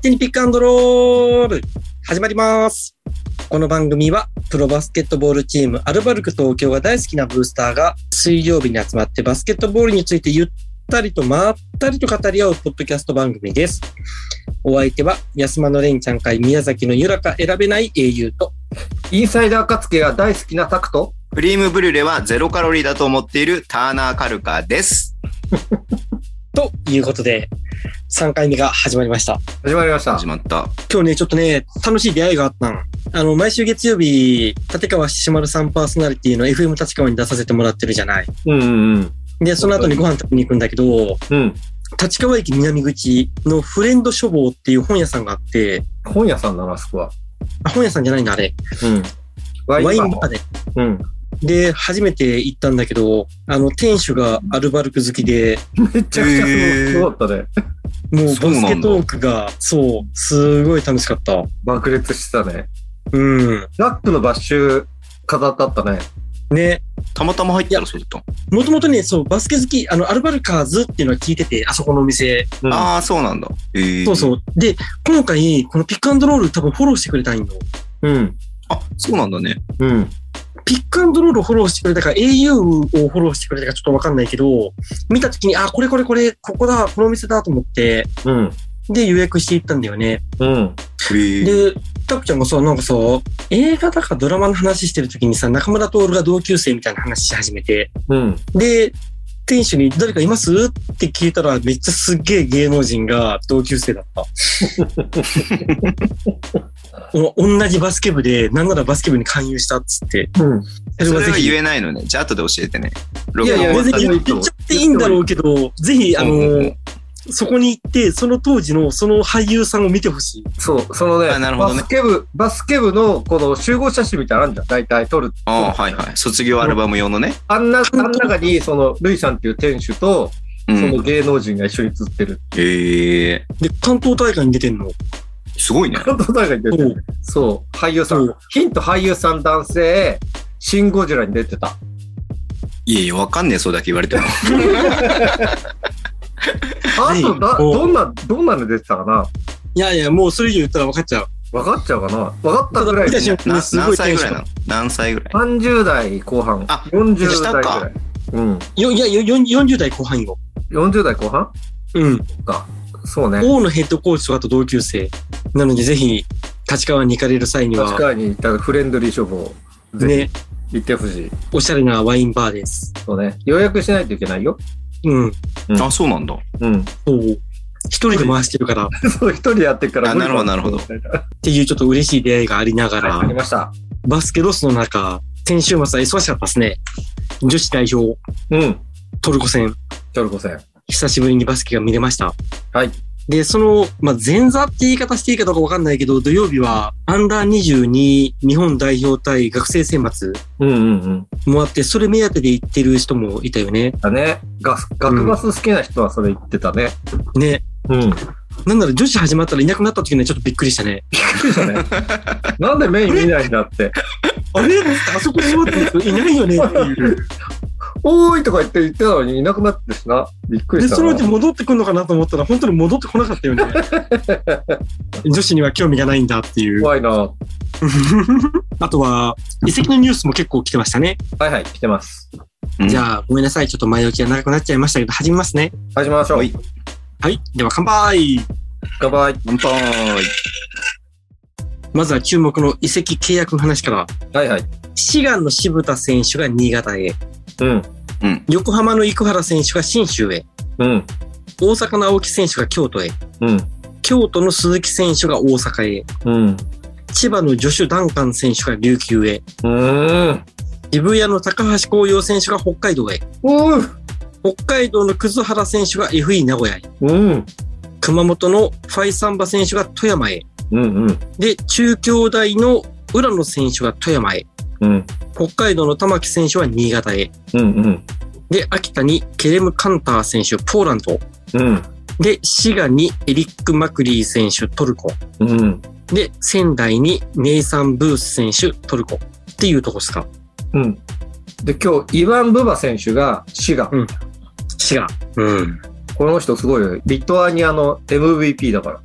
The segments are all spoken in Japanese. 手にピックアンドロール始まります。この番組はプロバスケットボールチームアルバルク東京が大好きなブースターが水曜日に集まってバスケットボールについてゆったりとまったりと語り合うポッドキャスト番組です。お相手は安間のレンちゃん会宮崎のゆらか選べない英雄とインサイダーカツケが大好きなタクトクリームブリュレはゼロカロリーだと思っているターナーカルカです。ということで3回目が始まりました。始まりました始。まった。今日ね、ちょっとね、楽しい出会いがあったの。あの、毎週月曜日、立川ししまるさんパーソナリティの FM 立川に出させてもらってるじゃない。うんうんうん。で、その後にご飯食べに行くんだけど、うん。立川駅南口のフレンド書房っていう本屋さんがあって、本屋さんだな、あそこは。あ本屋さんじゃないのあれ。うん。ワワインババーで。ーうん。で、初めて行ったんだけど、あの、店主がアルバルク好きで、めちゃくちゃすごかったね。もうそうなんバスだケトークが、そう、すごい楽しかった。爆裂してたね。うん。ラックのバッシュ飾ってあったね。ね。たまたま入ったらそうだった。もともとね、そう、バスケ好き、あの、アルバルカーズっていうのは聞いてて、あそこのお店、うん、ああ、そうなんだ。えーそうそう。で、今回、このピックアンドロール多分フォローしてくれたんよ。うん。あ、そうなんだね。うん。ピックアンドロールをフォローしてくれたか、au をフォローしてくれたかちょっとわかんないけど、見たときに、あ、これこれこれ、ここだ、このお店だと思って、うん。で、予約していったんだよね。うん。えーで、タクちゃんがさ、なんかさ、映画だかドラマの話してるときにさ、中村徹が同級生みたいな話し始めて、うん。で、店主に誰かいますって聞いたら、めっちゃすっげえ芸能人が同級生だった。 お同じバスケ部で、なんならバスケ部に勧誘したっつって。うん。それぜはひ言えないのね。じゃあ後で教えてね。いやい録全や音然終わ言っったちゃらっていいんだろうけど、ぜひ、あの、うんうんうんそこに行って、その当時のその俳優さんを見てほしい。そう、そのねあなるほバどねスケ部、バスケ部のこの集合写真みたいなのあるじゃん。大体撮る。ああ、はいはい。卒業アルバム用のね。あんな、あん中に、その、ルイさんっていう店主と、うそのん。芸能人が一緒に写ってる。 ええで、関東大会に出てんの。ー、すごいね。関東大会に出てそるう。そう、俳優さそんう。ヒント俳優さん男性、シン・ゴジラに出てた。いやいや、わかんねえ、そうだけ言わ れても。あとだ、そうどんな、どんなの出てたかないやいや、もうそれ以上言ったら分かっちゃう。分かっちゃうかな分かったぐらい見たで。瞬間なにすご何いテ歳ンぐシらいョなンの。何歳ぐらい30代後半。あ40下代かぐらい。うん。よいや、よよん40代後半よ。 40代後半うん。か。そうね。王のヘッドコーチとかと同級生。なので、ぜひ、立川に行かれる際に確は、かに行ったフレンドリー処方、ぜね、ひ行ってほしい。おしゃれなワインバーです。そうね。予約しないといけないよ。うん。あ、そうなんだ。うん。 そう。一人で回してるから、っそう、一人やってっからあ無理だなるほどなていうちょっと嬉しい出会いがありながはいありら、ました。バスケロスの中、先週末は忙しかったですね。女子代表、うん。トルコ戦、トルコ戦。久しぶりにバスケが見れました。はい。で、その、まあ、前座って言い方していいかどうかわかんないけど、土曜日は、アンダー22日本代表対学生選抜うんうんうん。もあって、それ目当てで行ってる人もいたよね。だね。ガス、学バス好きな人はそれ言ってたね。ね。うん。なんなら女子始まったらいなくなった時にはちょっとびっくりしたね。びっくりしたね。なんでメイン見ないんだって。あれあそこ座ってる人いないよねっていう。おーいとか言って言ってたのにいなくなってしな。びっくり で、したそなのうち戻ってくるのかなと思ったら、本当に戻ってこなか ったよね。女子には興味がないんだっていう。怖いな。は あとは、遺跡のニュースも結構来てましたね。いはい、来てます。じあ、ゃあ、ごめんなさい。ちょっと前置きが長くなっちゃいましたけど、始めますね。始めましょうはい。はい。では、乾杯乾杯。乾杯。まずは注目の移籍契約の話から。はいはい。志願の渋田選手が新潟へ。うん。横浜の生原選手が信州へ。うん。大阪の青木選手が京都へ。うん。京都の鈴木選手が大阪へ。うん。千葉のジョシュ・ダンカン選手が琉球へ。うーん。渋谷の高橋光陽選手が北海道へ。おー北海道の葛原選手が FE 名古屋へ。うん。熊本のファイサンバ選手が富山へ。うんうん。で、中京大の浦野選手が富山へ。うん。北海道の玉木選手は新潟へ。うんうん。で、秋田にケレム・カンター選手、ポーランド。うん。で、滋賀にエリック・マクリー選手、トルコ。うん。で、仙台にネイサン・ブース選手、トルコ。っていうとこですか。うん。で、今日、イワン・ブバ選手が滋賀。滋賀。うん。この人すごいよ。リトアニアの MVP だから。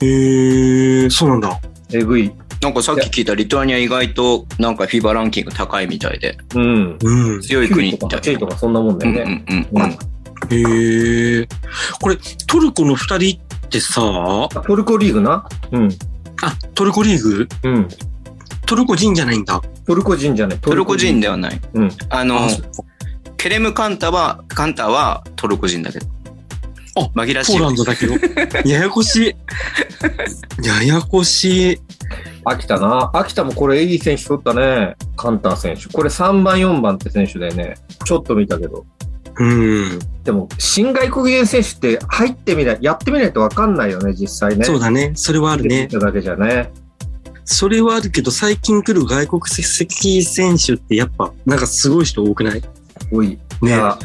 へえ、そうなんだ。えぐい。なんかさっき聞いたリトアニア意外となんかフィバランキング高いみたいで、うん。うん。強い国9み位とかたい8位とかそんなもんだうよんうね。んうんうんうん。へえ。これ、トルコの二人ってさ、あ、あトルコリーグなうん。トルコリーグうん。トルコ人じゃないんだ。トルコ人じゃない。トルコ人だではない。うん。あの、あそっかケレム・カンタは、カンタはトルコ人だけど。あ紛らわしポいー。ランドだ けど。ややこしい。ややこしい。秋田な。秋田もこれ、いい選手取ったね。カンター選手。これ3番、4番って選手だよね。ちょっと見たけど。うん。でも、新外国人選手って入ってみない、やってみないと分かんないよね、実際ね。そうだね。それはあるね見。ただけじゃね。それはあるけど、最近来る外国籍選手ってやっぱ、なんかすごい人多くない多い。いね。や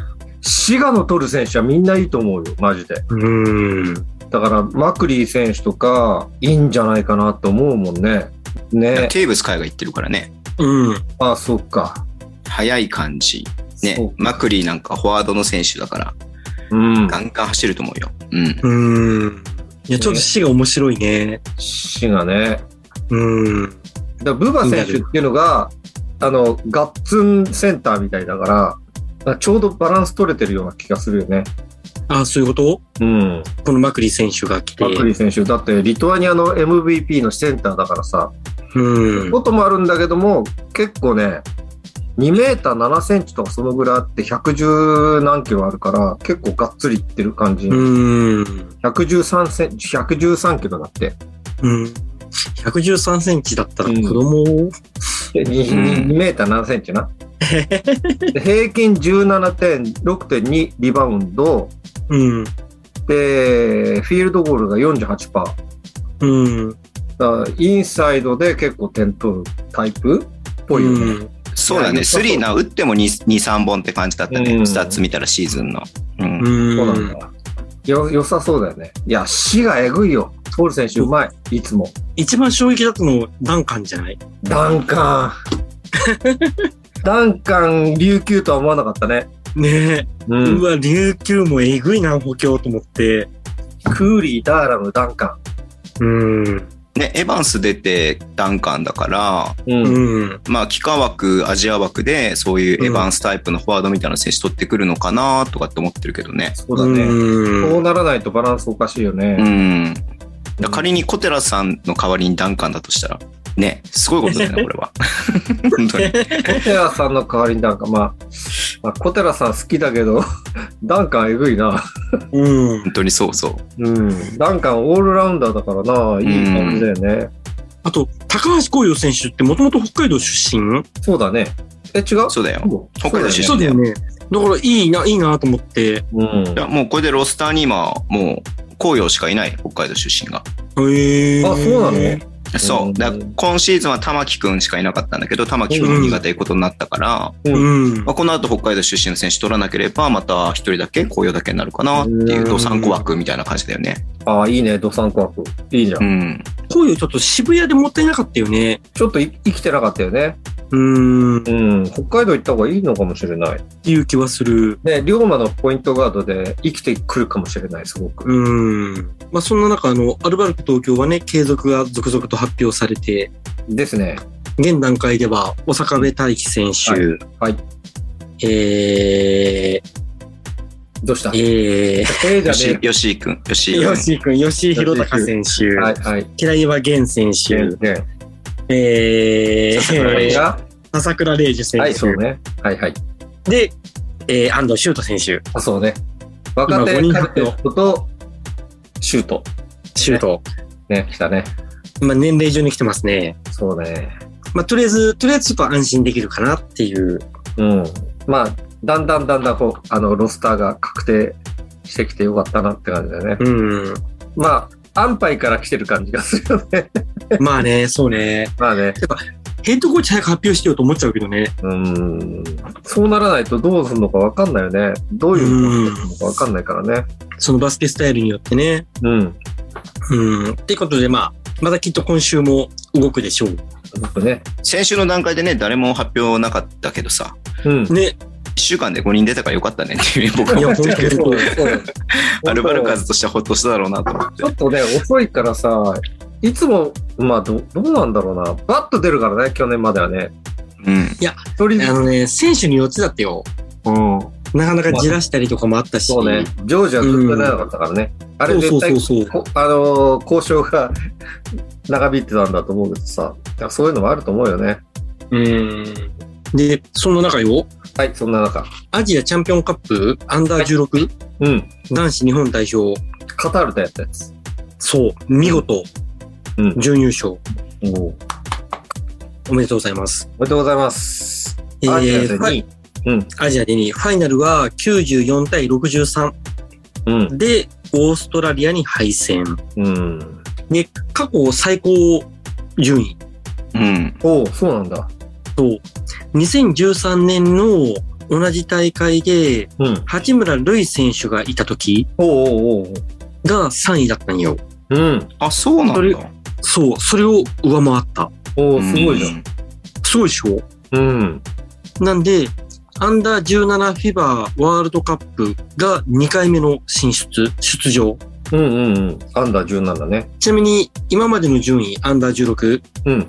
滋賀の取る選手はみんないいと思うよ、マジで。うん。だから、マクリー選手とか、いいんじゃないかなと思うもんね。ね。テーブス海が行ってるからね。うん。あ、そっか。速い感じ。ねそう。マクリーなんかフォワードの選手だから、うん。ガンガン走ると思うよ。うん。うん。いや、ちょっと死が面白いね。滋賀ね。うん。だからブバ選手っていうのが、あの、ガッツンセンターみたいだから、だからちょうどバランス取れてるような気がするよね。あ、そういうことうん。このマクリ選手が来て。マクリー選手、だってリトアニアの MVP のセンターだからさ、うん。こともあるんだけども、結構ね、2メーター7センチとかそのぐらいあって110何キロあるから、結構がっつりいってる感じ。うん。 113センチ、113キロだって。うん。113センチだったら子供を、で 2, 2メーター7セ ンチな。で平均17.6.2リバウンド、うん。で、フィールドゴールが48%。だかうん。らインサイドで結構点取るタイプっぽいよね。そうだいやね。スリーな、打っても2、2 3本って感じだったうね。んスタッツ見たらシーズンの。うん。うん。そうなんだ。よ、良さそうだよね。いや、死がえぐいよ。トール選手うまい。いつも。一番衝撃だったのダンカンじゃないダンカン。ダンカン、琉球とは思わなかったね。ねう。え、うんわ、琉球もえぐいな、補強と思って。クーリー、ダーラム、ダンカうん。ね、エヴァンス出てダンカンだから、ン。うん。うん。まあ、幾何枠、アジア枠で、そういうエヴァンスタイプのフォワードみたいな選手取ってくるのかなとかって思ってるけどね。そうだね。こうね。ならないとバランスおかしいようね。ん。だから仮に小寺さんの代わりにダンカンだとしたら、ね、すごいことだよね、これは。本当に。小寺さんの代わりにダンカン。まあ、まあ、小寺さん好きだけど、 ダンカンえぐいな。うん。本当にそうそう。うん、ダンカンオールラウンダーだからな、いい感じだよね。あと、高橋光陽選手ってもともと北海道出身そうだね。え、違うそうだよ。北海道出身そうだよね。だからいいな、いいなと思って。うん。いや、もうこれでロスターに今、もう、紅葉しかいない、北海道出身が。へえ。あそうなのそうう。んだから今シーズンは玉木くんしかいなかったんだけど、玉木くん苦手いうことになったから、うんまあ、。この後北海道出身の選手取らなければ、また一人だけ、紅葉だけになるかなっていう、うんドサンコ枠みたいな感じだよね。ああ、いいね、ドサンコ枠。いいじゃん。うん。こういうちょっと渋谷でもったいなかったよね。ちょっとい生きてなかったよね。うん。っうん。北海道行った方がいいのかもしれない。ていう気はする。ね、龍馬のポイントガードで生きてくるかもしれない、すごく。うん。まあそんな中、あの、アルバルク東京はね、継続が続々と発表されて、ですね。現段階では、小坂部大輝選手、はいはえどうしたー、えええじゃ吉ね井、吉井くん、吉井ー、くん。吉井君、吉井宏隆選手、え。はい、はい。平岩源選ね手、え笹倉これー、が、朝倉玲樹選はい、手、そうね。はい、はい。で、えー、安藤修斗選手、あ、そうね。若手今五人カ発ル表テットと、シュート。修斗、ね、来たね。まあ年齢順に来てますね。そうね。まあとりあえず、とりあえずちょっと安心できるかなっていう。うん、まあだんだんだんだんこうあのロスターが確定してきてよかったなって感じだよね。うん。まあ安牌から来てる感じがするよね。 まあね、そうね。まあね、ヘッドコーチ早く発表してよと思っちゃうけどね。うん、そうならないとどうするのかわかんないよね。どういうのかわかんないからね。そのバスケスタイルによってね。うん、うん。っていうことで、まあ、またきっと今週も動くでしょう。僕ね、先週の段階でね、誰も発表なかったけどさ、 うん、ね。 1週間で5人出たからよか ったねっていう僕はい思や、って本る当にけどそうだよそうだよ。アルバルカズとしてはほっとしただろうなと思ってちょ。っとね、遅いからさ、いつも、まあど、どうなんだろうな。バッと出るからね、去年まではね。うん。一人ずあのね、選手によってだってよ。つ。うん。なかなかじらしたりとかもあったし。そうね。ジョージはずっと出なかったからね。あれそうそ絶う対そうそう。こあのー交渉が 長引いてたんだと思うけどさ、だからそういうのもあると思うよね。うん。で、その中よ、はい、そんな中。アジアチャンピオンカップアンダー16、うん。男子日本代表、カタールとやったやつ。そう、見事、うん準優勝、おおおめでとうございます。めでとうございます。えアジアでー、ファ2イ位。うん。アジアで2位。ファイナルは94対63うん。で、オーストラリアに敗戦。うん。で、過去最高順位うん。おおそうなんだ。と、2013年の同じ大会で、うん。八村塁選手がいた時おおおうおうおうが3位だったんよ。うん。あ、そうなんだ。そそう、それを上回った。おおうんすごいじゃん。すごいでしょうん。なんで、アンダー17フィバーワールドカップが2回目の進出、出場。うんうんうん。アンダー17だね。ちなみに、今までの順位、アンダー16、うん。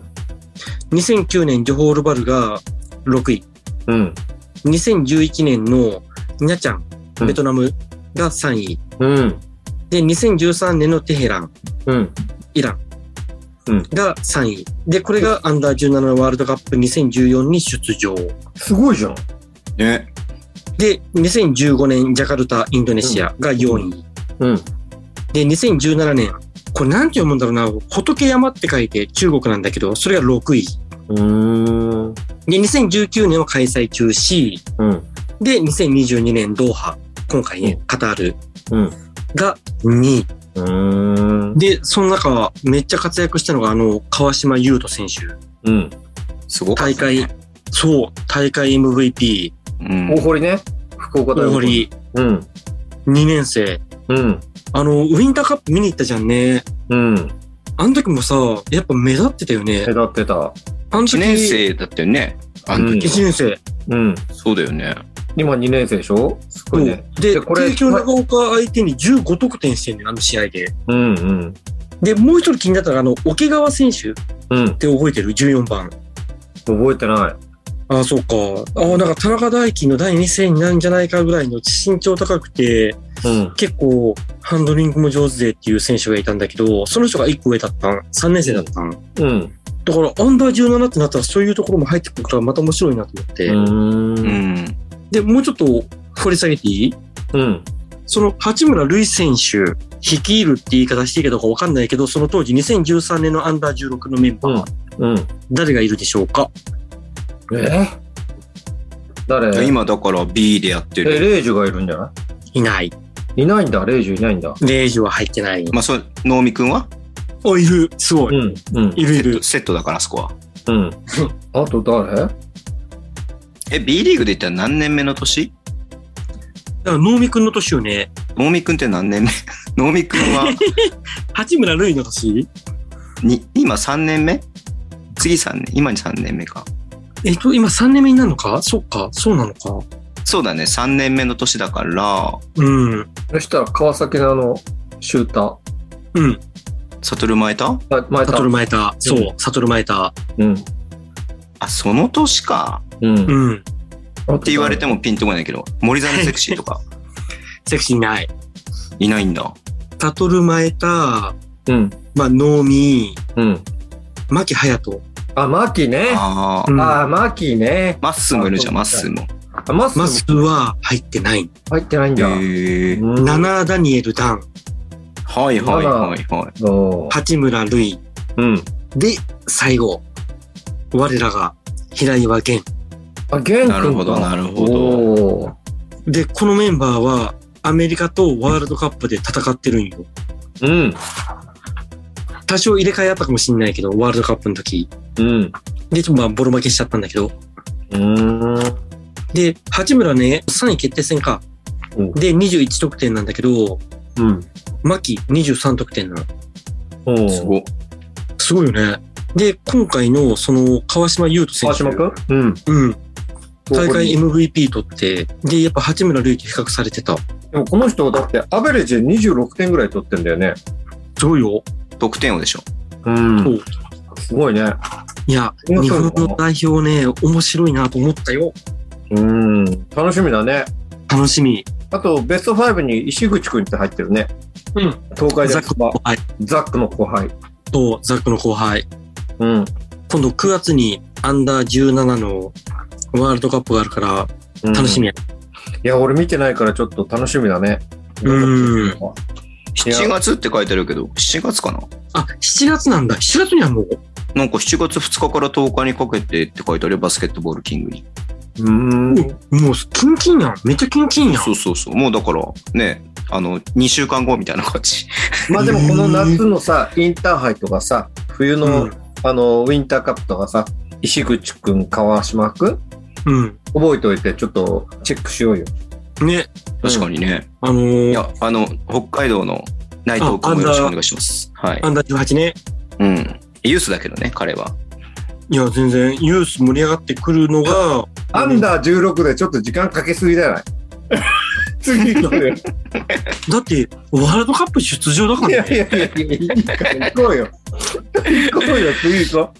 2009年ジョホールバルが6位、うん。 2011年のニャチャン、うんベトナムが3位、うん。で、2013年のテヘラン、うん。イランうんが3位。で、これがアンダー17ワールドカップ2014に出場。すごいじゃん。ね。で、2015年ジャカルタ、インドネシアが4位。うん。で、2017年、これなんて読むんだろうな、仏山って書いて中国なんだけど、それが6位。うーん。で、2019年は開催中止。うん。で、2022年ドーハ、今回ね、カタールうん。が2位。うーん。で、その中、めっちゃ活躍したのが、あの、川島優斗選手。うん。すごかっ大たね会、そう、大会 MVP、うん大。堀ね。福岡大大堀、うん。 2年生。うん。あの、ウィンターカップ見に行ったじゃんね。うん。あの時もさ、やっぱ目立ってたよね目。立ってた。あの時1年。生だったよね。あの時1は。年生。うん。そうだよね。今2年生でしょすごいね。で、でこれ帝京長岡相手に15得点してんねん、あの試合で。うんうん。で、もう一人気になったのが、あの、桶川選手っうん。て覚えてる ?14 番。覚えてない。ああ、そうか。ああ、なんか田中大輝の第2戦になるんじゃないかぐらいの身長高くて、うん。結構ハンドリングも上手でっていう選手がいたんだけど、その人が1個上だったん。3年生だったん。だうん。から、アンダー17ってなったらそういうところも入ってくるからまた面白いなと思って。う。うんん。で、もうちょっと掘り下げていいうん。その八村塁選手率いるって言い方していいかどうかわかんないけど、その当時2013年のアンダー16のメンバー、うんうん。誰がいるでしょうかえ誰今だから B でやってえ、る。レイジュがいるんじゃないない。いいないんだ、レイジュいないんだ。レイジは入ってない。まあ、そう、能見くんはお、いる。すごうい。ん。うん。いるいる。セットだから、あそこは。うん。 あと誰え、B リーグで言ったら何年目の年だから、能見くんの年よね。能見くんって何年目 能見くんは、八村塁の年に、今3年目次3年、今に3年目か。えっと、今3年目になるのかそっか。そうなのか。そうだね、3年目の年だから、うん。そしたら川崎のあの、シュータうん。サトルマエター。前サ田トル。マエタ。そう。サトルマエタ。うん。あ、その年か。うん。うん。ってって言われてもピンとこないけど、森ザのセクシーとかセクシーない。いないんだ。サトルマエタ、うん。まあ、能見、うん。牧隼人。あ、マーキーね。ああう。んあー、マーキーね。マッスーもいるじゃん、マッスーも。あ、マスマスは入ってない。入ってないんだ。へえ。うんナナ・ダニエル・ダン、はいはいはいはい。そう八村塁。うん。で、最後、我らが平岩源。あ、玄君かなるほどなるほどおーで、このメンバーはアメリカとワールドカップで戦ってるんよ。うん。多少入れ替えあったかもしんないけど、ワールドカップの時。うん。で、ちょっとまあ、ボロ負けしちゃったんだけど。うーん。で、八村ね、3位決定戦か。うんで、21得点なんだけど、うん。牧23得点なの。おーすごい。すごいよね。で、今回のその川島優斗選川手。島くんうん。うん。大ここ会に MVP 取って、で、やっぱ八村塁と比較されてた。でもこの人、だってアベレージで26点ぐらい取ってんだよね。すごいよ。得点王でしょ。うんそうすごいいね。や、いや日本そうなのの代表ね、面白いなと思ったよ。うん。楽しみだね。楽しみ。あと、ベスト5に石口くんって入ってるね。うん。東海ザッ大ク筑の波後輩ザックの後輩。とザックの後輩。うん。今度9月にアンダー17のワールドカップがあるから、うん楽し。みや。いや、俺見てないからちょっと楽しみだね。うんや7月って書いてあるけど、7月かなあ、7月なんだ。7月にはもう。なんか7月2日から10日にかけてって書いてあるよバスケットボールキングに。うもん。う、キンキンやん。めっちゃキンキンやん。そうそうそう。もうだから、ね、あの、2週間後みたいな感じ。まあでもこの夏のさ、インターハイとかさ、冬の、うんあの、ウィンターカップとかさ、石口くん、川島くん、うん。覚えておいて、ちょっとチェックしようよ。ね、確かにね。あのーいや、あの、北海道の内藤君もよろしくお願いします。はいア。ンダー18ね。うん。ユースだけどね、彼は。いや、全然、ユース盛り上がってくるのが、アンダー16でちょっと時間かけすぎじゃない 次行こうよ。いだって、ワールドカップ出場だからね。やいやいやいや、いいから行こうよ。行こうよ、次行こ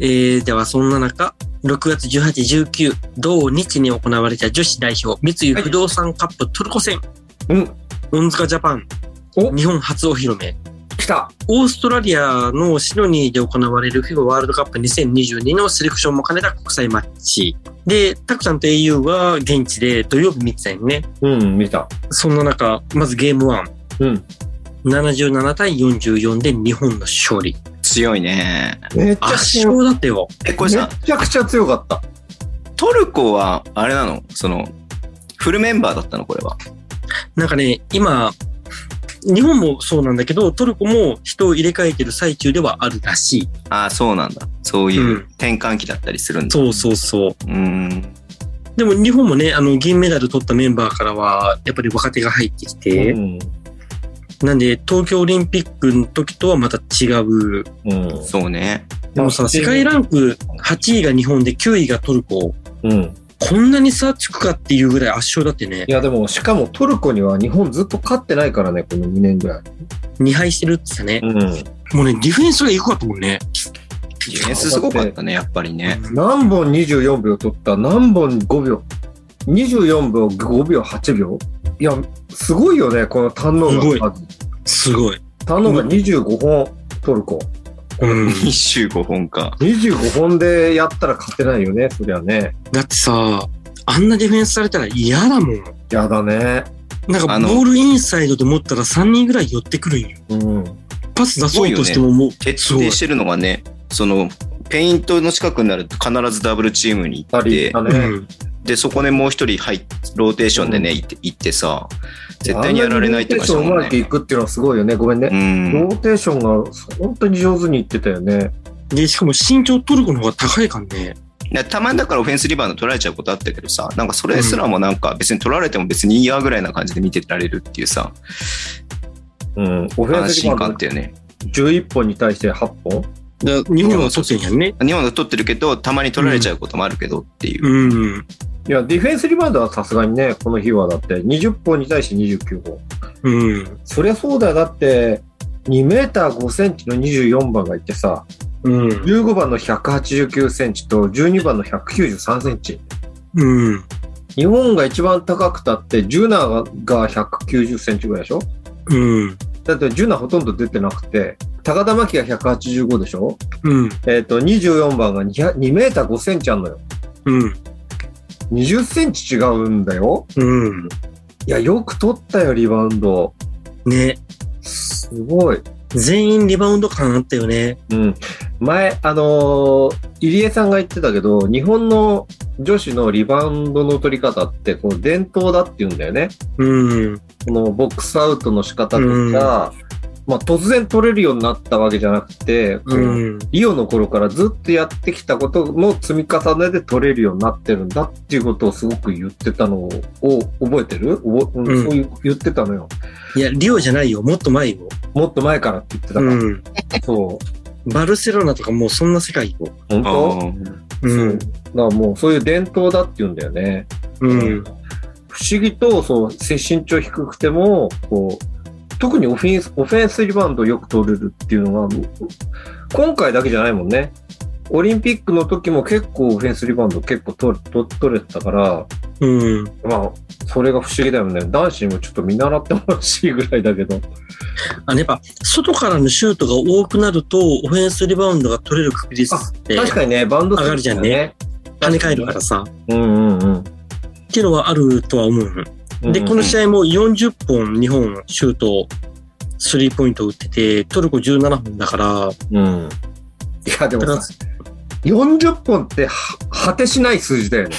えー、ではそんな中、6月18、19、同日に行われた女子代表、三井不動産カップトルコ戦、う。うん、恩塚ジャパンお、日本初お披露目。来た。オーストラリアのシドニーで行われる FIFA ワールドカップ2022のセレクションも兼ねた国際マッチ。で、たくちゃんと au は現地で土曜日見てたよね。うん、見た。そんな中、まずゲーム1、うん。 77対44で日本の勝利。強いね。めっちゃ圧強い勝だったよ。え、これめさ、ちゃくちゃ強かった。トルコは、あれなのその、フルメンバーだったのこれは。なんかね、今、日本もそうなんだけど、トルコも人を入れ替えてる最中ではあるらしい。ああ、そうなんだ。そういううん転換期だったりするんだ。そうそうそう。うーん。でも日本もね、あの、銀メダル取ったメンバーからは、やっぱり若手が入ってきて、うん。なんで、東京オリンピックの時とはまた違う。うん。そうね。でもさ、世界ランク8位が日本で9位がトルコ。うん。こんなに差つくかっていうぐらい圧勝だってねい、やでも、しかもトルコには日本ずっと勝ってないからね、この2年ぐらい。 2敗してるってさね、うん。もうね、ディフェンスが良かったもんね。ディフェンスすごかったね、やっぱりね。何本24秒取った何本5秒 ?24 秒、5秒、8秒いや、すごいよね、このターンオーバーの数。すごい。ターンオーバー25本、トルコ。うん。 25本か。 25本でやったら勝てないよね、そりゃね。だってさ、あんなディフェンスされたら嫌だもん。やだね。なんかあのボールインサイドと思ったら3人ぐらい寄ってくるんよ。うん。パス出そうとしてももう、徹すご底い。してるのがね、その、ペイントの近くになると必ずダブルチームに行あっりてだ、うね。ん、で、そこでもう一人入っローテーションでね、行って行ってさ、絶対にやられないってあん感じなにローテーショだンうもんまくいね。くっていうのはすごいよね。ごめんねう。ロん。ーテーションが本当に上手にいってたよね。で、しかも身長トルコの方が高いからね。いやたまにだからオフェンスリバウンド取られちゃうことあったけどさ、なんかそれすらもなんか別に取られても別にいいやぐらいな感じで見てられるっていうさ、うん。オフェン安スリ心バウ感ンっていうね。ド11本に対して8本だから日本は取ってんやんね。日本が取ってるけど、たまに取られちゃうこともあるけどっていう。うん。いや、ディフェンスリバウンドはさすがにね、この日はだって、20本に対して29本。うん。そりゃそうだよ、だって、2メーター5センチの24番がいてさ、うん。 15番の189センチと12番の193センチ。うん。日本が一番高くたって、ジュナが190センチぐらいでしょうん。だってジュナほとんど出てなくて、高田真希が185でしょうん。えっ、と、24番が200 2メーター5センチあんのよ。うん。 20センチ違うんだよ。うん。いや、よく取ったよ、リバウンド。ね。すごい。全員リバウンド感あったよね。うん、前、あのー入江さんが言ってたけど、日本の女子のリバウンドの取り方って、こう伝統だって言うんだよね。うん。このボックスアウトの仕方とか、まあ、突然取れるようになったわけじゃなくて、こううん。リオの頃からずっとやってきたことの積み重ねで取れるようになってるんだっていうことをすごく言ってたのを覚えてる覚えうんうんそういう言ってたのよ。いや、リオじゃないよ。もっと前よ。もっと前からって言ってたかうら。ん。そう。バルセロナとかもうそんな世界よ。本当あーうん。だからもうそういう伝統だって言うんだよね。うん。不思議と、その、せ身長低くても、こう、特にオフェンス、オフェンスリバウンドをよく取れるっていうのが、今回だけじゃないもんね。オリンピックの時も結構オフェンスリバウンド結構取れ取取れてたから、うん。まあ、それが不思議だよね。男子にもちょっと見習ってほしいぐらいだけど。あの、やっぱ、外からのシュートが多くなると、オフェンスリバウンドが取れる確率って確かにね、バンド数上がるじゃんね。跳ね返るからさ、っうんうんうん。ていうのはあるとは思う。で、この試合も40本、日本シュート、スリーポイント打ってて、トルコ17本だから、うん。いや、でだかもらさ、40本っては果てしない数字だよね。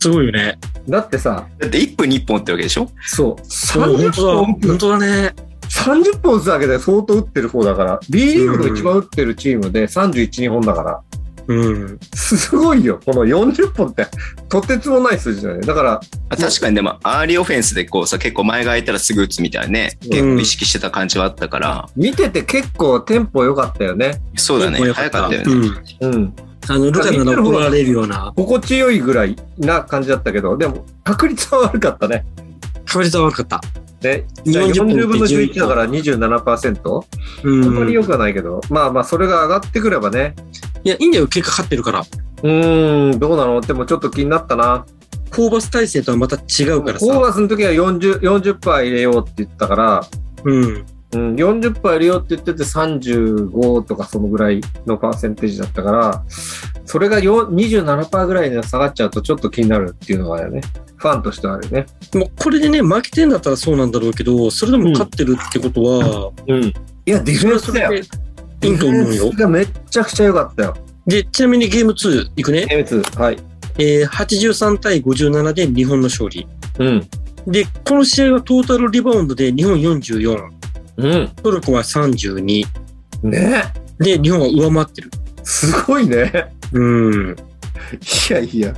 すごいよね。だってさ、だって1分に1本ってわけでしょそう、そう本30当だ、本、本当だね。 30本打つだけで相当打ってる方だから、B リーグの一番打ってるチームで31、2本だから、うん。すごいよ。この40本って、とてつもない数字だよね。だから、あ確かにでもアーリーオフェンスでこうさ結構前が空いたらすぐ打つみたいなね結構意識してた感じはあったから、見てて結構テンポ良かったよね。そうだねテンポ良か早ったかったようね、ん。うん。あの、ルカが怒られるような、心地よいぐらいな感じだったけど、でも、確率は悪かったね。確率は悪かった。ね、 40 40分って分の11だから27%、うあんまり良ん。くはないけど、まあまあ、それが上がってくればね、いや、いいんだよ、結果勝ってるから。うーん、どうなのでもちょっと気になったな。ホーバス体制とはまた違うからさ。ホーバスの時は40、40%入れようって言ったから、うん。うん、40%入れようって言ってて35とかそのぐらいのパーセンテージだったから、それが4 27%ぐらいに下がっちゃうとちょっと気になるっていうのはあるよね。ファンとしてはあるよね。もうこれでね、負けてんだったらそうなんだろうけど、それでも勝ってるってことは、うん。いや、ディそフれェンはそスだれよ。でいいと思うディフェよンス。がめっちゃくちゃ良かったよ。で、ちなみにゲーム2いくね。エツ、はい。えー、83対57で日本の勝利。うん。で、この試合はトータルリバウンドで日本44、うん。トルコは32、ねで、日本は上回ってる。すごいね。うん。いやいや。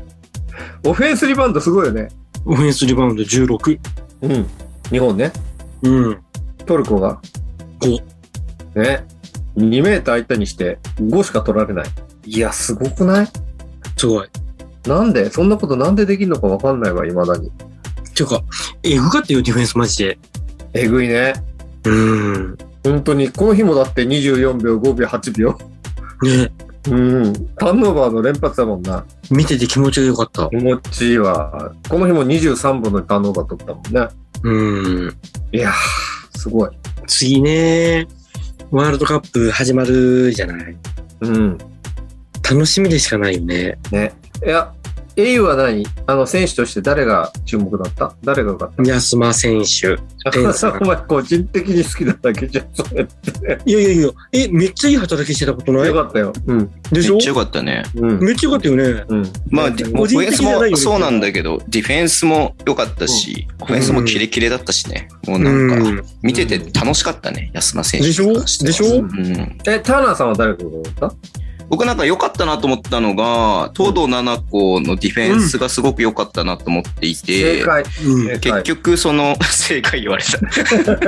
オフェンスリバウンドすごいよね。オフェンスリバウンド16。うん。日本ね。うん。トルコが。 5。ね。2メーター相手にして5しか取られない。いや、すごくないすごい。なんでそんなことなんでできるのかわかんないわ、未だに。ていうか、えぐかったよ、ディフェンスマジで。えぐいね。うん。本当に、この日もだって24秒、5秒、8秒。ね、うん。ターンオーバーの連発だもんな。見てて気持ちが良かった。気持ちいいわ。この日も23本のターンオーバー取ったもんね。うん。いやー、すごい。次ね、ワールドカップ始まるじゃない。うん。楽しみでしかないよね。ね。いや、エイは何あの、選手として誰が注目だった誰が良かった安間選手。エンさん お前、個人的に好きなだけじゃん、それ。いやいやいや、え、めっちゃいい働きしてたことなよいかったよ。うん。でめしょっちゃよかったねうん。めっちゃよかったよね。うん。まあ、ねディ個オ人フェン的スじゃないよもそうなんだけど、ディフェンスも良かったし、オフェンスもキレキレだったしね、もうなんか、うん。見てて楽しかったね、安間選手でしょに関てはでしょうんえ、ターナーさんは誰が良かっ僕なんか良かったなと思ったのが、東堂七子のディフェンスがすごく良かったなと思っていたて、解。うん。結局その、正解言われた。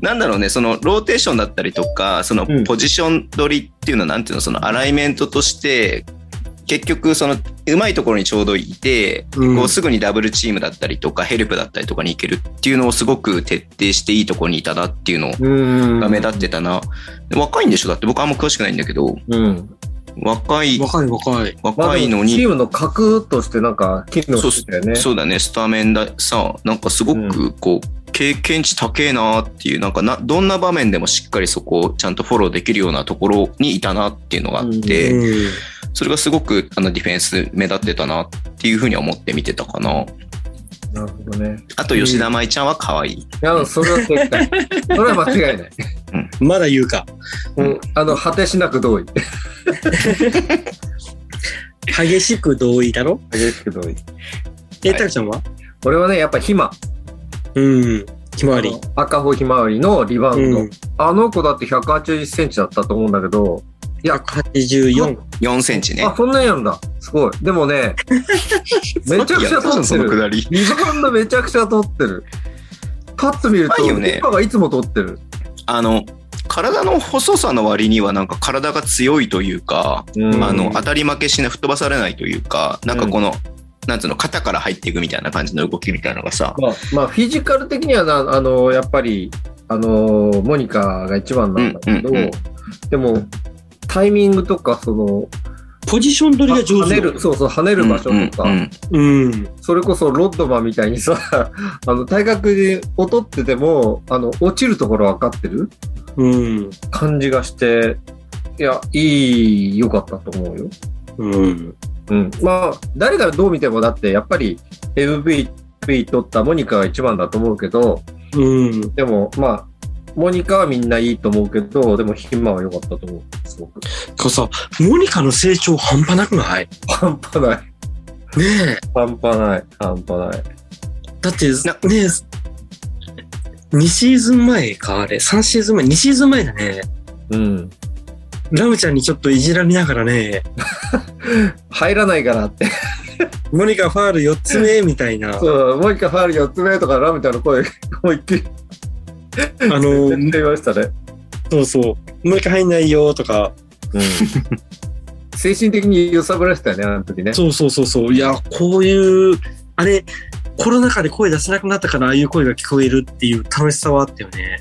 なんだろうね、そのローテーションだったりとか、そのうんポジション取りっていうのは、なんていうの、そのアライメントとして、結局、その、うまいところにちょうどいて、うんこうすぐにダブルチームだったりとか、ヘルプだったりとかに行けるっていうのをすごく徹底していいところにいたなっていうのうんが目立ってたな。で若いんでしょだって僕あんま詳しくないんだけど、うん。若い、若い若い。まあ若でいのもチにー、ムの核としてなんか、機能してたよね。そうだね、スタメンだ、さ、なんかすごくこう、経験値高えなっていう、なんかな、どんな場面でもしっかりそこをちゃんとフォローできるようなところにいたなっていうのがあって、うんそれがすごくあのディフェンス目立ってたなっていうふうに思って見てたかな。なるほどね。あと、吉田舞ちゃんは可愛い。いや、それは正解。それは間違いない。まだ言うか。 うん。あの、果てしなく同意。激しく同意だろ激しく同意。え、はいたくちゃんは俺はね、やっぱひま。うん。ひまわり。赤穂ひまわりのリバウンド。うん。あの子だって180センチだったと思うんだけど、いや、 84。 4センチね。あ、そんなんやんだ。すごい。で もね、めちゃくちさっゃきやったじ取んってそのくる。だり。リバウンドめちゃくちゃ取ってる。パッと見ると、うまいよねリッパがいつも取ってる。あの、体の細さの割にはなんか体が強いというか、うんあの当たり負けしない吹っ飛ばされないというかなんかこの、なんつうの肩から入っていくみたいな感じの動きみたいなのがさ、まあ、まあ、フィジカル的にはな、あの、やっぱり、あの、モニカが一番なんだけど、うんうんうんでも、タイミングとか、その、ポジション取りが上跳手ねよる、そうそう、跳ねる場所とか、うんうんうんうん。それこそロッドマンみたいにさ、 あの、体格で劣ってても、あの、落ちるところ分かってるうん。感じがして、いや、いい、良かったと思うよ。うん。うん。まあ、誰がどう見てもだって、やっぱり MVP 取ったモニカが一番だと思うけど、うん。でも、まあ、モニカはみんないいと思うけど、でもヒマは良かったと思う。すごく。そうさ、モニカの成長半端なくないね半端ない。え。半端ない。半端ない。だってな、ねえ、2シーズン前か、あれ。3シーズン前、2シーズン前だね。うん。ラムちゃんにちょっといじられながらね、入らないからって。モニカファール4つ目みたいな、あそう、モニカファール4つ目とかラムちゃんの声、思いっきりの、言っていましたね。そうそう、モニカ入んないよとか、うん。 精神的に揺さぶられてたよね、あの時ね。そうそうそうそう、いや、こういう、あれ、コロナ禍で声出せなくなったから、ああいう声が聞こえるっていう楽しさはあったよね。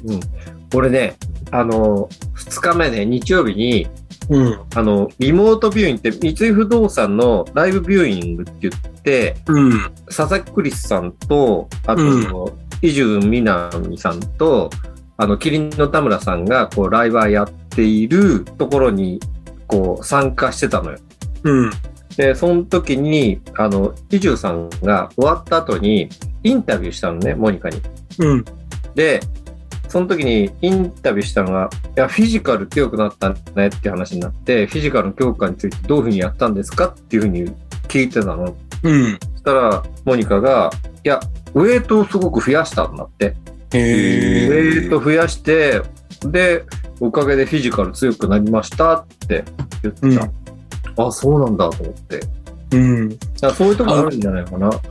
俺ね、あの、2日目ね、日曜日に、うん、あの、リモートビューイングって、三井不動産のライブビューイングって言って、うん、佐々木クリスさんと、あとうんその、伊集みなみさんと、あの、キリンの田村さんが、こう、ライバーやっているところに、こう、参加してたのよ。うん、で、その時に、あの、伊集さんが終わった後に、インタビューしたのね、モニカに。うん、で、その時にインタビューしたのが、いや、フィジカル強くなったねって話になって、フィジカルの強化についてどういうふうにやったんですかっていうふうに聞いてたの。うん。そしたら、モニカが、いや、ウェイトをすごく増やしたんだって。ウへェイト増やして、で、おかげでフィジカル強くなりましたって言ってた。あ、そうなんだと思って。だうん。からそういうとこあるんじゃないかなと思って。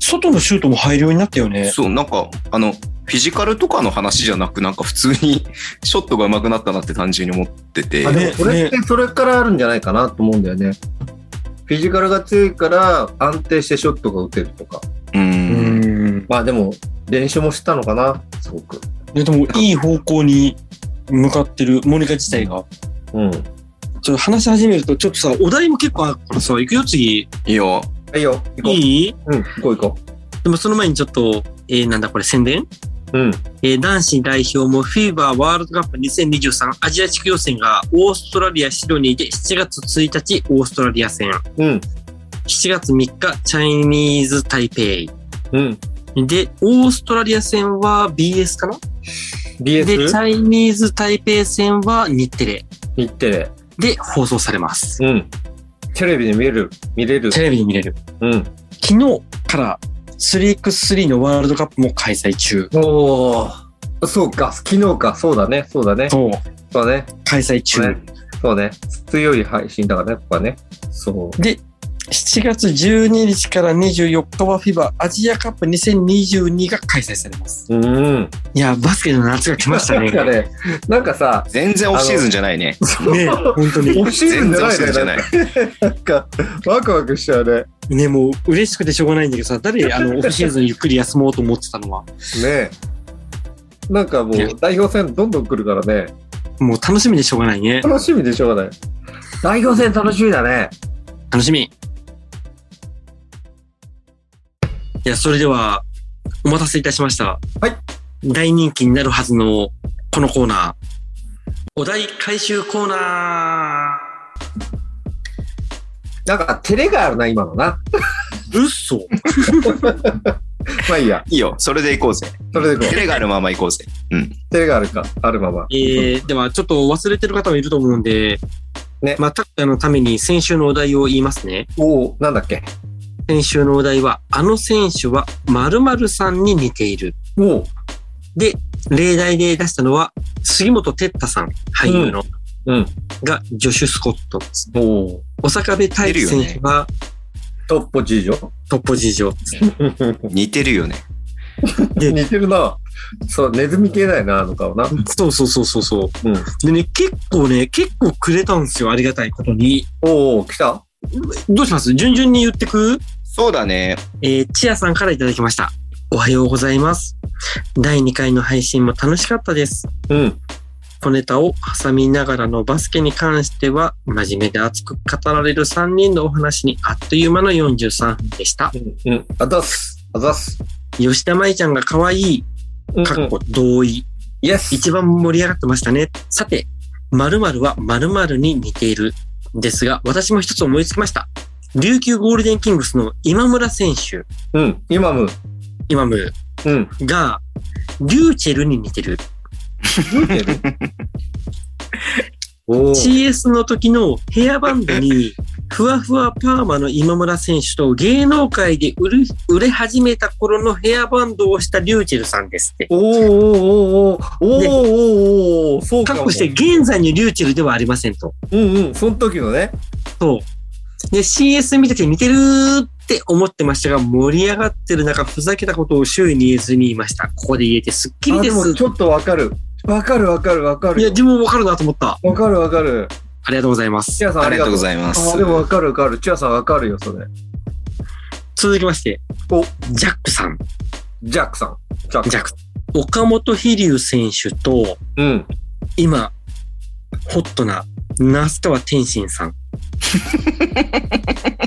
外のシュートも入るようになったよね。そうなんかあのフィジカルとかの話じゃなくなんか普通に ショットが上手くなったなって単純に思っててあねでもこれってそれからあるんじゃないかなと思うんだよね。フィジカルが強いから安定してショットが打てるとか。ううんん。まあでも練習もしたのかな、すごく。いやでも、いい方向に向かってる、モニカ自体が。うん。ちょっと話し始めると、ちょっとさ、お題も結構あるからさ、行くよ、次。いやははいよ、行こう。いいうん、行こう行こでもその前にちょっと、えー、なんだこれ宣伝、う。うん。えー男子代表も FIBA ワールドカップ2023アジア地区予選がオーストラリア・シドニーで7月1日オーストラリア戦、うん。 7月3日チャイニーズ・台北うん。で、オーストラリア戦は BS かなで、チ BS? ャイニーズ・台北戦は日テレ日テレ。で放送されます。うん。テレビで見れる。見れる。テレビで見れる。うん。昨日から 3x3 のワールドカップも開催中。おお。そうか、昨日か。そうだね。そうだね。そう。そうだね。開催中。ねそうね。強い配信だからね、ここはね。そで、7月12日から24日は FIBA アジアカップ2022が開催されます。う。うん。いや、バスケの夏が来ました なね。んかねね、なんかさ、全然オフシーズンじゃないね 本当に。欲しい全んじ然オゃフないシーズンじゃないなんか、ワクワクしちゃうね。ね、もう嬉しくてしょうがないんだけどさ、誰、あの、オフシーズンゆっくり休もうと思ってたのは、ねえ。なんかもねう、代表戦どんどん来るからね。もう楽しみでしょうがないね。楽しみでしょうがない。代表戦楽しみだね。楽しみ。いや、それでは、お待たせいたしました。はい。大人気になるはずの、このコーナー。お題回収コーナなんか、照れがあるな、今のな。ー。うっそ。まあいいや。いいよそれで行こうぜそれでこテう。レがあるまま行こうぜ照れがあるか、あるまま。えー、ではちょっと忘れてる方もいると思うんで、ねまあ、タクタのために先週のお題を言いますね。おお、なんだっけ。先週のお題は、あの選手は〇〇さんに似ている。おお。例題で出したのは、杉本哲太さん、俳優の、うん。がジョシュ・スコットです。おお。小坂部大輝選手はトッポ事情。 トップ事情。似てるよね似てるな。そう、ネズミ系だよな、あの顔な。そうそうそうそうそうう。んでね、結構ね、結構くれたんですよ、ありがたいことに。おお、来たどうします順々に言ってくそうだね。えー、ちやさんからいただきました。おはようございます。第2回の配信も楽しかったです。うん。小ネタを挟みながらのバスケに関しては、真面目で熱く語られる3人のお話にあっという間の43分でした。うん。うん。あざっす。あざっす。吉田舞ちゃんが可愛い、うんかうっんこ同意。イエス。一番盛り上がってましたね。さて、〇〇は〇〇に似ている。ですが、私も一つ思いつきました。琉球ゴールデンキングスの今村選手、うん。今も。今ムうん。が、リューチェルに似てる。見て るおお。 CS の時のヘアバンドに、ふわふわパーマの今村選手と芸能界で売る売れ始めた頃のヘアバンドをしたリューチェルさんですって。おーおーおーおーおーおーおーそうか確も保して現在にリューチェルではありませんと。うんうんその時のねそう。で、CS 見てて似てるって思ってましたが、盛り上がってる中、ふざけたことを周囲に言えずに言いました。ここで言えてすっきりあでですも。ちょっとわかるわかるわかるわかいや、る自分もわかるなと思った。わかるわかるありがとうございますチ。アさんありがとうございいます。あでもわかるわかるチアさんわかるよそれ続きまして、おジャックさん。ジャックさんジャックジャック。岡本飛龍選手と、うん今、ホットな、ナスタワ天心さん。こ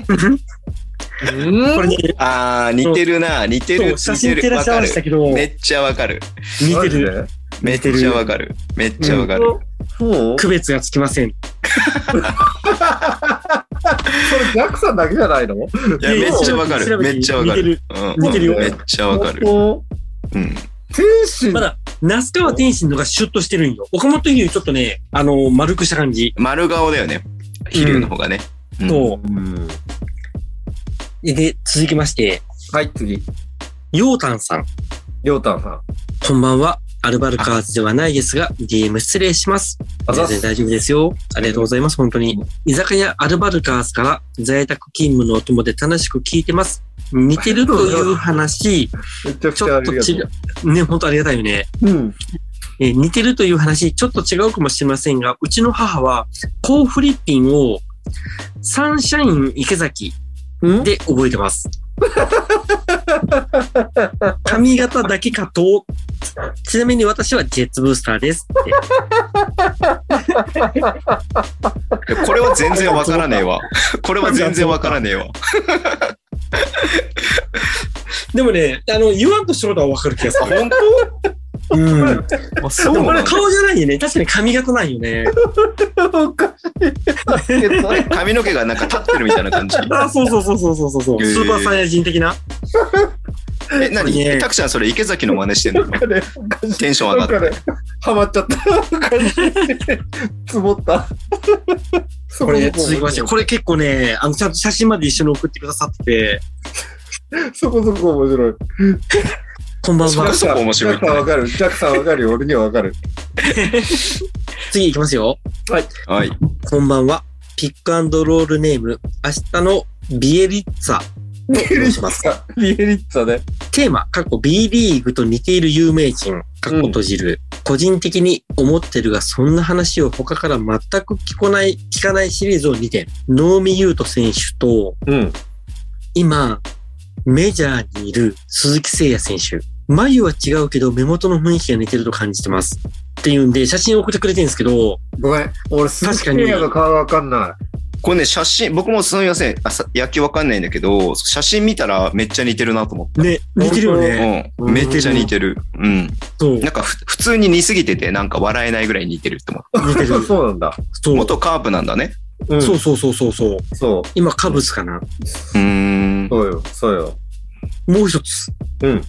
れね、あー、似てるな。似てそる。う写似真てる。照らわし合かわるせ。たけど、め似っちゃわかる。てる。めっ似てるちゃわかる。めっちゃわかる。そう区別がつきません。それジャックさんだけじゃないのいや、めっちゃわか調る。べめてっちゃわか似てる。る。うん似てるよめっちゃわかる。おうん。天使まだ、那須川天心のがシュッとしてるんよ。岡本龍ちょっとね、あの、丸くした感じ。丸顔だよね。飛龍の方がね。うんと、うんで、続きまして、はい次ようたんさん。りょうたんさんこんばんは。アルバルカーズではないですが、DM 失礼します。あざっ全然す大丈夫ですよ。ありがとうございます、本当に。居酒屋アルバルカーズから在宅勤務のお供で楽しく聞いてます。似てるという 話、めちゃくちちゃょあっとりがと違うう。ね、本当ありがたいよね。うんえー似てるという話、ちょっと違うかもしれませんが、うちの母は、コーフリッピンを、サンシャイン池崎うんで覚えて ます。髪型だけかと、ちなみに私はジェッツブースターですって。いやこれは全然わからねえわ。 これは全然わからねえわ。でもね、あの、言わんとしろとはわかる気がすある。本うん。当あそうこなれの顔じゃないよね。確かに髪型ないよね。おかしい髪の毛がなんか立ってるみたいな感じ。あ、そうそうそうそうそうそう。へースーパーサイヤ人的な。え、なにねたくちゃんそれ池崎の真似してんのなんかね、おかしいテンション上がっなんかね、ハマっちゃった。 おかしい積もった。これ、続きまして、これ結構ね、あの、ちゃんと写真まで一緒に送ってくださってて、そこそこ面白い。こんばんそりはゃ。そこ面白いジャックさんわかる。ジャックさんわかるよ。俺にはわかる。次行きますよ。た。はい。こんばんは。ピックアンドロールネーム、明日のビエリッツァと申します。リエリッツァね。テーマ、過去 B リーグと似ている有名人、過去閉じる。個人的に思ってるが、そんな話を他から全く聞こない、聞かないシリーズを2点。能見優斗選手と、うん。今、メジャーにいる鈴木誠也選手。眉は違うけど、目元の雰囲気が似てると感じてます。っていうんで、写真を送ってくれてるんですけど、ごめん。俺、鈴木誠也の顔わかんなこれね、写真、僕もすみません。あさ野球わかんないんだけど、写真見たらめっちゃ似てるなと思っね、似てるよて。ね。ううんん。めっちゃ似てる。うん。そう、似なんかふ普通に似すぎてて、なんか笑えないぐらい似てるって思った。てい。る。そうなんだ。そう。元カープなんだね。うんそうそうそうそうそう。そう。今、カブスかな。うーん。そうよ。そうよ。もう一つ。うん。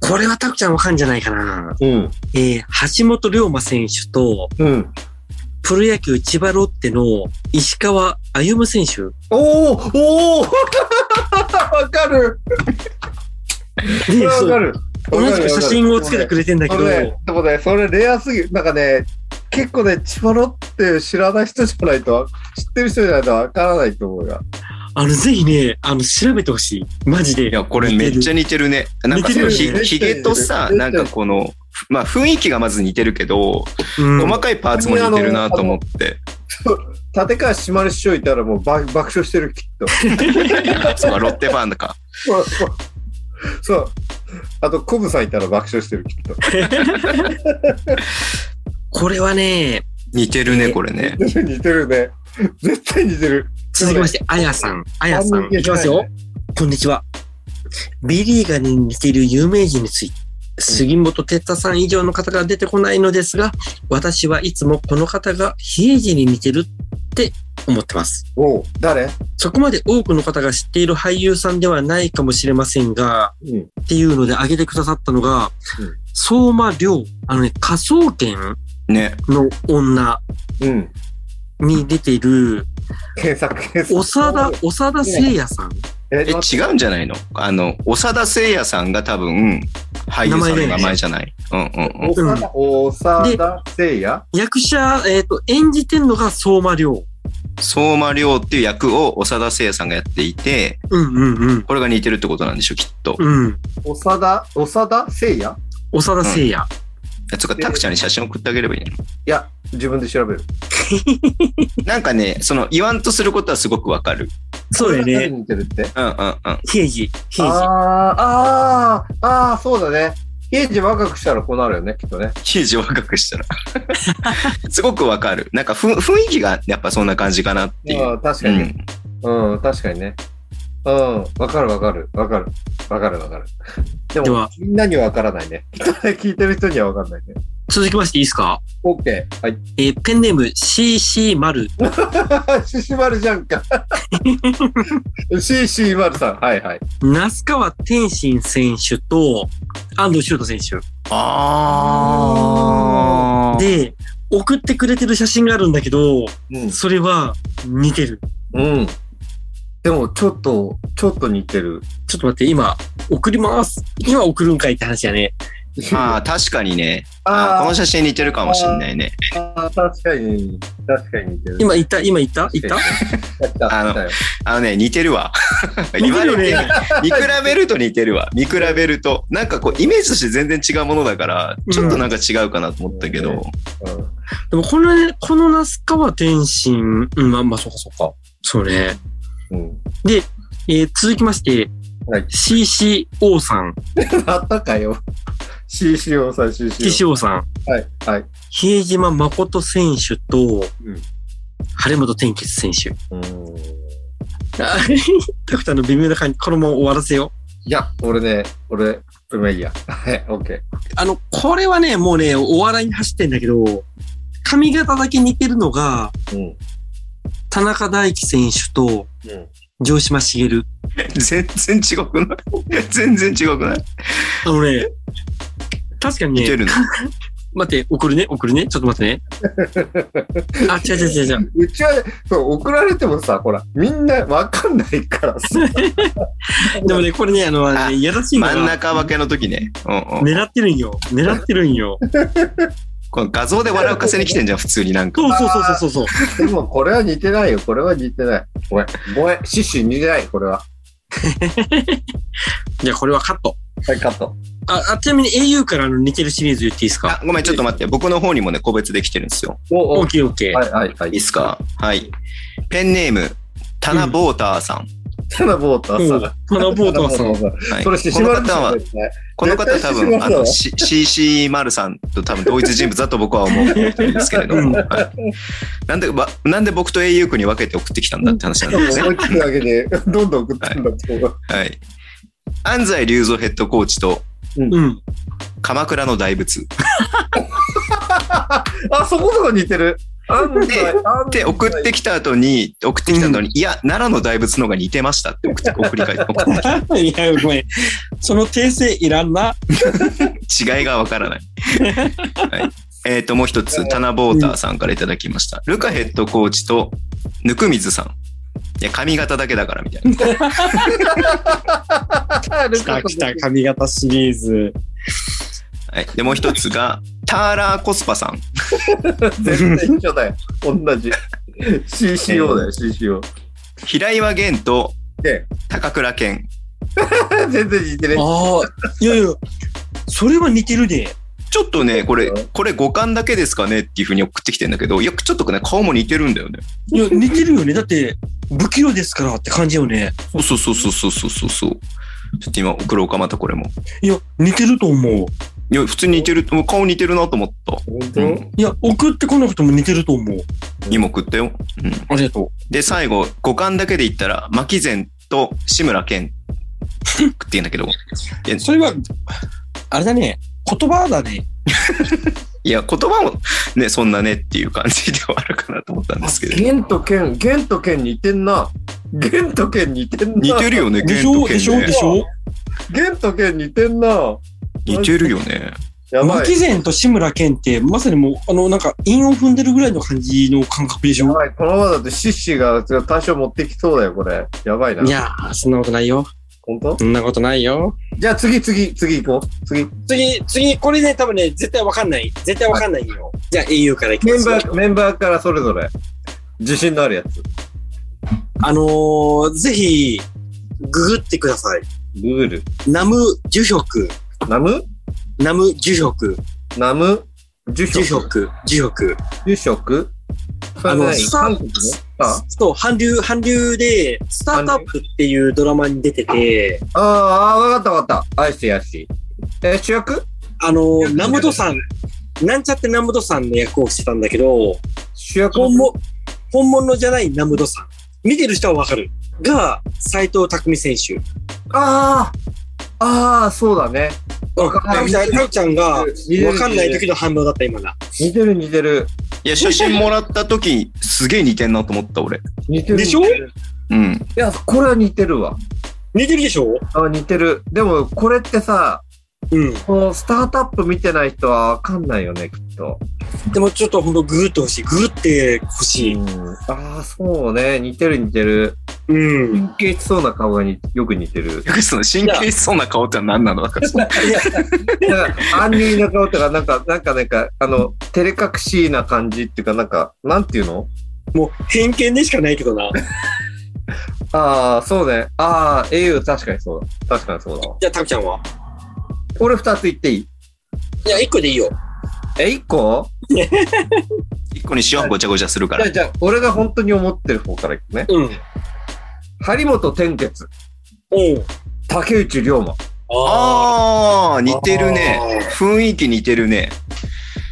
これはタクちゃんわかんじゃないかな。うん。えー、橋本龍馬選手と、うん。プロ野球千葉ロッテの石川歩夢選手。おーおー わかる。これねわそかうる。同じく写真をつけてくれてんだけあどの、ね、でもね、それレアすぎる。なんかね、結構ね、千葉ロって知らない人じゃないと、知ってる人じゃないとわからないと思うよ。あの、ぜひね、あの、調べてほしい。マジで。いや、これめっちゃ似てるね。なんかその似てひるよねひげとさ、なんかこのまあ雰囲気がまず似てるけど、うん細かいパーツも似てるなと思って。立川しまる師匠いたらもう爆爆笑してる、きっと。 そうか、ロッテファンだか。そうそうそう。あと、コブさんいたら爆笑してる、きっと。 これはね、似てるね、これね。似てるね。絶対似てる。続きまして、あやさん。あやさあん。似てないいきますよ。こんにちは。ビリーガに似ている有名人について、杉本哲太さん以上の方が出てこないのですが、私はいつもこの方が比叡寺に似てるって思ってます。おう誰そこまで多くの方が知っている俳優さんではないかもしれませんが、うんっていうので挙げてくださったのが、うん相馬良。あのね、科捜研ね。の女うん。に出ている、検索、検索。長田、長田誠也さん。ええ、違うんじゃないのあの、長田聖也さんが多分、俳優さんの名前じゃない。うんうんうん。長田、長田聖也役者、えっ、と、演じてんのが相馬良。相馬亮っていう役を長田聖也さんがやっていて、うんうんこれが似てるってことなんでしょ、きっと。うん。うん。長田、長田聖也長田聖也。つうか、タクちゃんに写真送ってあげればいいね。いや、自分で調べる。なんかね、その、言わんとすることはすごくわかる。そうだよ誰ね。に似てるって。うんうんうん。平治。あ平治。あ、あーあー、そうだね。刑事若くしたらこうなるよね、きっとね。記事を若く したら。すごくわかる。なんかふん、雰囲気がやっぱそんな感じかなっていう。あー確うかに。ん。うん、確かにね。うん、わかるわかる、わかる、わかるわかる。ででもは、みんなにはわからないね。 聞いてる人にはわかんないね。続きましていいですか OK。はい。 えーペンネーム CC 丸。シシマルじゃんか。 シシマルさん。はいはい。那須川天心選手と安藤修斗選手。あー。で、送ってくれてる写真があるんだけど、うん。それは似てる。うん。でも、ちょっと、ちょっと似てる。ちょっと待って、今、送ります。今送るんかいって話やね。ああ、確かにね。あーこあの写真似てるかもしんないね。ーあー、確かに、確かに似てる。今言った今言った言ったやった、あのやったよあのね、似てる わ。似てるよね言われて 見比べると似てるわ。見比べると。なんかこう、イメージとして全然違うものだから、ちょっとなんか違うかなと思ったけど。うんうんでもこの、この那須川天心、うん、まあまあ、そうかそうか。そうね。うん。えー続きまして、はい CCO さん、あったかよ。CCO さん、CCO。 CCO さん、はい、はい。比江島誠選手と、うん晴本天傑選手。うんあタクタの微妙な感じ、このまま終わらせよいや、俺ね、俺、まあいいや。はい、オッケう。あの、これはね、もうね、お笑いに走ってんだけど、髪型だけ似てるのが、ー。うん。田中大輝選手とうん。城島茂。全然違くない 全然違くないあのね、確かに似てね、るの。待って、送るね、送るね、ちょっと待っ てね。あ、違う違う違う違う。うちは、そう、送られてもさ、ほら、みんなわかんないから さ。でもね、これね、あの、あいやらしいのが真ん中分けの時ね。うんうん。狙ってるんよ。狙ってるんよ。この画像で笑うかせに来てんじゃん、普通になんか。そうそうそうそうそうそう。でも、これは似てないよ。これは似てない。ごめん。ごめん。シッシュ似てない。これは。じゃあこれはカット。はい、カット。あ、あちなみに au からの似てるシリーズ言っていいですかあ、ごめん、ちょっと待って。僕の方にもね、個別できてるんですよ。おオおッ。ケーオッケー。はい、はい、はいいいっ。すかはい。ペンネーム、タナボーターさん。タナボータうんーさ。このボートはタそ ナうボ。ーターはい、そこれ、のシシマル方さんはだ、よね。この方多絶対分、あ獅子丸だわの、C- CC0 さんと多分同一人物だと僕は思ってるんですけれどうんも。はいなんで、わなんで僕と au 君に分けて送ってきたんだって話なんですね。思いっきりだけで、どんどん送ってんだって。はい。安西隆三ヘッドコーチとうん。鎌倉の大仏。あ、そこそこ似てる。あんでで、送ってきた後に、送ってきた後に、いや、奈良の大仏の方が似てましたって送って、送り返送っていや、ごめん。その訂正いらんな。違いがわからない。はい、えっ、と、もう一つ、タナボーターさんからいただきました。ルカヘッドコーチと、ぬくみずさん。いや、髪型だけだからみたいな。来た来た、髪型シリーズ。はい、で、もう一つが、ターラーコスパさん。全然一緒だよ。同じ。CCO だよ、CCO。平岩源とで、高倉健。全然似てねああ、いやいや、それは似てるで。ちょっとね、これ、これ五感だけですかねっていうふうに送ってきてんだけど、いや、ちょっとね、顔も似てるんだよね。いや、似てるよね。だって、不器用ですからって感じよね。そうそうそうそうそうそうそう。ちょっと今送ろうか、またこれも。いや、似てると思う。いや、普通に似てる、もう顔似てるなと思った。本う当ん、いや、送ってこなくても似てると思う。今送ったよ。うん。ありがとで、最後、五感だけで言ったら、牧前と志村けんって言うんだけど、 う。それは、あれだね。言葉だね。いや、言葉もね、そんなねっていう感じではあるかなと思ったんですけど。玄と剣、玄と剣似てんな。玄と剣似てんな。似てるよね、玄でしょとでしょ健でね。しょ玄と剣似てんな。似てるよね。やばい。牧前と志村けんって、まさにもう、あの、なんか、韻を踏んでるぐらいの感じの感覚でしやょばい。このままだとシッシーが多少持ってきそうだよ、これ。やばいな。いやー、そんなことないよ。本当そんなことないよ。じゃあ次、次、次行こう。次。次、次、これね、多分ね、絶対わかんない。絶対わかんないよ。じゃあ、au からいきメまンす。バー、メンバーからそれぞれ。自信のあるやつ。あのー、ぜひ、ググってください。グール。ナム・ジュヒョク。ナムナム・ジュヒョク。ナム樹ジュヒョ食ク。ジュヒョク。樹食それあはの、何スタ韓ー国のあそう、韓流、韓流で、スタートアップっていうドラマに出てて、あー、わかったわかった。アイシーアイシー。え、主役あのー、ナムドさん、なんちゃってナムドさんの役をしてたんだけど、主役本物、本物じゃないナムドさん。見てる人はわかる。が、斎藤匠選手。ああああ、そうだね。わかんなタミちゃいんタミちゃんが、似てるわかんない時の反応だった、今だ。似てる似てる。いや、写真もらった時、すげえ似てんなと思った、俺。似てる。でしょ似てるうん。いや、これは似てるわ。似てるでしょあ似てる。でも、これってさ、うん。このスタートアップ見てない人はわかんないよね、きっと。でもちょっとほんとググってほしい。ググってほしい。ああ、そうね。似てる似てる。うん。神経質そうな顔がによく似てる。よくその神経質そうな顔って何なのだからそうなんか、安寧な顔とか、なんか、なんか、なんか、あの、照れ隠しな感じっていうか、なんか、なんていうのもう偏見でしかないけどな。ああ、そうね。ああ、au 確かにそうだ。確かにそうだわ。じゃあ、タクちゃんは俺二つ言っていいいや、一個でいいよ。え、一個一個にしよう、ごちゃごちゃするかじゃらあ、。じゃあ、俺が本当に思ってる方からいくね。うん。張本天傑、おう竹内涼真。ああ。あー、似てるね。雰囲気似てるね。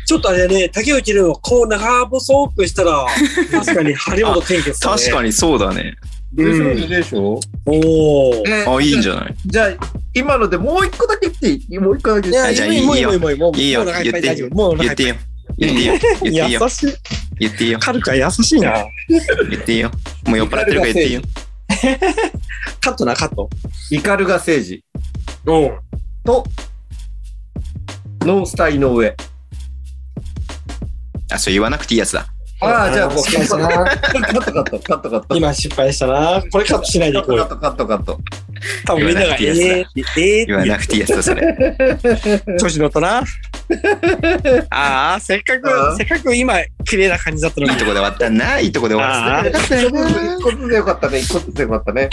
ちょっとあれだね、竹内涼をこう長細くし たら、確かに張本天傑だね。確かにそうだね。うんでしょに。おお。えあ、いいんじゃゃないじゃあ、今のでもう一個だけ言っていいもう一個だけい言ってや、いいじゃあいいもういいいいよもういいもういいもういいよもうお腹いっぱ言っい大て丈夫。もうお言っ腹いっぱていいいよ。言っていいよ。言っていいよ優。しい。言っていいよ。カルカ優しいな。言っていいよ。もう酔っ払ってるから言っていいよ。カットな、カット。イカルガ政治うん。と、ノースタイの上。あ、それ言わなくていいやつだ。ああ、じゃあ、もう、失敗したカな。ットカットカットカット。今失敗したな。これカットしないでいこうカッよ。トカットカット。多分みんなが、え言わなー、え言わー、なくていいやつだ、それ。調子乗ったな。ああ、せっかあく、ーせっかく今、綺麗な感じだったのいいに。とこで終わったな。いいとこで終わあったーな。一個ずつ一個ずつでよかったね。一個ずつでよかったね。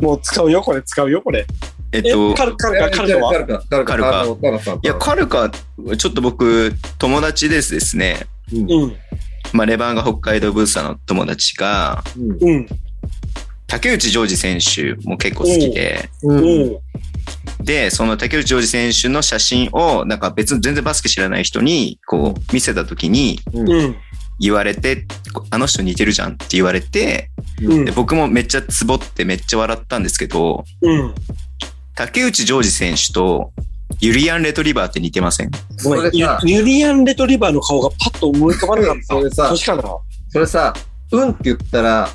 もう使うよ、これ、使うよ、これ。えっえと、、カルカルカ、カルカはルカ、カルカ、カルカ。カルカいや、カルカ、ちょっと僕、友達ですですね。うん、まあ、レバンガ北海道ブースターの友達が、うんうん、竹内ジョージ選手も結構好きで、うん。うん。で、その竹内ジョージ選手の写真を、なんか別に全然バスケ知らない人に、こう、見せたときにうん。言われて、こうあの人似てるじゃんって言われて、うんで、僕もめっちゃツボってめっちゃ笑ったんですけど、うん。竹内ジョージ選手とユリアン・レトリバーって似てませんごめそれん。ユさ、ユリアン・レトリバーの顔がパッと思い浮かばな かった。それさ年かな。それさ、うんって言ったら、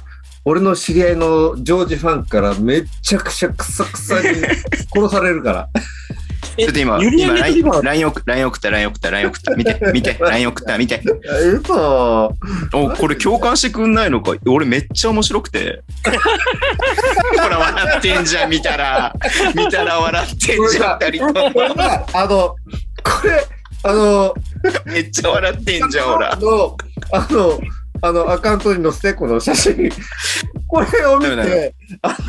俺の知り合いのジョージファンからめちゃくちゃくさくさに 殺されるから。えちょっと今、ユリア今ン・レトリバー LINE、LINE 送 LINE 送った、LINE 送った、LINE 送った、見て、 見て、LINE 送った、見て。え、嘘。お、これ共感してくんないのか俺めっちゃ面白くて。ほら、笑ってんじゃん、見たら。見たら笑ってんじゃん、二人とこれは、あの、これ、あの、も。めっちゃ笑ってんじゃん、ほあら。の、あの、あの、アカウントに載せて、この写真。これを見ダメだて、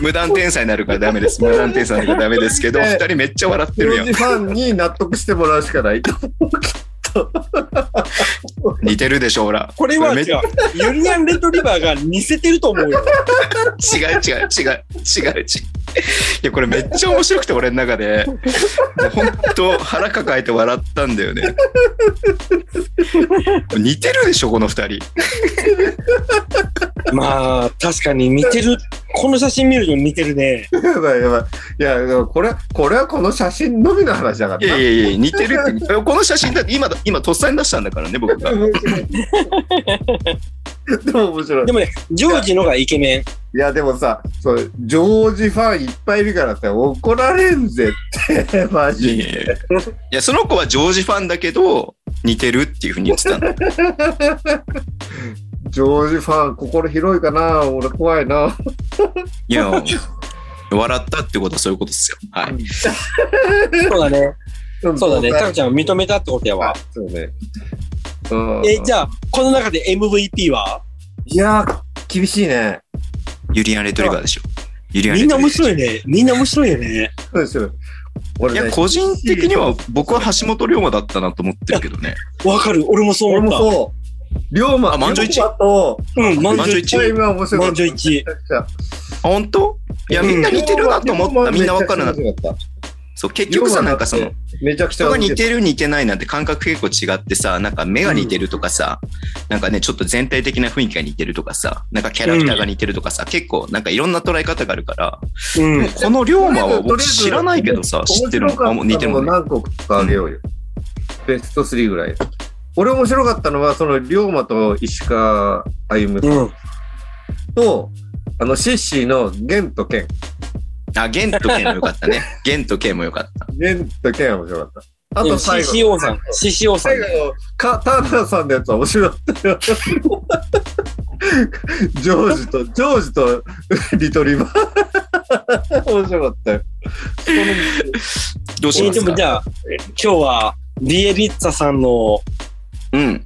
無断転載になるからダメです。無断転載になるからダメですけど、ね二人めっちゃ笑ってる黒やん字。ファンに納得してもらうしかないと思うけ似てるでしょ、ほら。これはめっ違ちゃう。ユリアン・レトリバーが似せてると思うよ。違う違う違う違う違う。いや、これめっちゃ面白くて、俺の中で。もう本当腹抱えて笑ったんだよね。似てるでしょ、この二人。 まあ、確かに似てる。この写真見ると似てるね。ど。やばいやばい。いや、でもこれ、これはこの写真のみの話だからいやいやいや、似てるって。この写真だって今だ、今、とっさに出したんだからね、僕が。面白い。でも面白いで。もね、ジョージのがイケメン。いや、でもさ、そう、ジョージファンいっぱいいるからさ、怒られんぜ って、マいやいジ。やいやいや、その子はジョージファンだけど、似てるっていうふうに言ってたの。ジョージファン、心広いかな俺怖いな。いや、笑ったってことはそういうことですよ。はい。そうだね。 そうだね。タあカちゃんを認めたってことやわ。そうね。うんえ、じゃあ、この中で MVP はいやー、厳しいね。ユリアン・レトリバーでしょ。ユリアン・みレんなトリバ面ー。白いね。みんな面白いよね。そうですよ。俺いねや、個人的には僕は橋本龍馬だったなと思ってるけどね。わかる。俺もそう俺思もった。そう。龍馬、あ満場一致龍馬と、うん、満場一満場致。今面白か満った場一致。めちゃくちゃ。あ本当いや、みんな似てるなと思った。みんなわかるな。なった。そう、結局さ、龍馬なだんかってその、めちゃくちゃ人が面白い似てる似てないなんて感覚結構違ってさ、なんか目が似てるとかさ、なんかね、ちょっと全体的な雰囲気が似てるとかさ、なんかキャラクターが似てるとかさ、結構なんかいろんな捉え方があるから、うん。この龍馬はとりあえ僕ず知らないけどさ、知ってるのかも似てるもんね。面白かったのを何個かあげようよ。ベスト3ぐらい。俺面白かったのは、その、龍馬と石川歩う夢ん。と、あの、シッシーの玄と剣。あ、玄と剣もよかった ね。玄と剣もよかった。玄と剣は面白かった。あうとん最後。 CCO さん。CCO さん最。後のか、ターナーさんのやつは面白かったよ。ジョージと、ジョージとリトリバー。面白かったよ。どうしえまーですもじかゃあ、今日は、ビエリッツァさんのうん。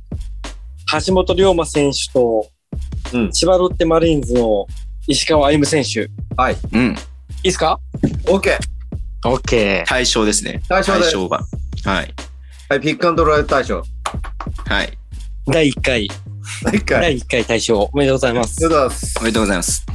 橋本龍馬選手と、うん千葉ロッテマリーンズの石川歩夢選手。いうん。いですか OK。 ?OK。対象ですね。大賞対です。象が。はい。はい、ピックアンドロール大賞。はい。第1回、第一回。第1回大賞、おめでとうございまありがすと。うございます。おめでとうございます。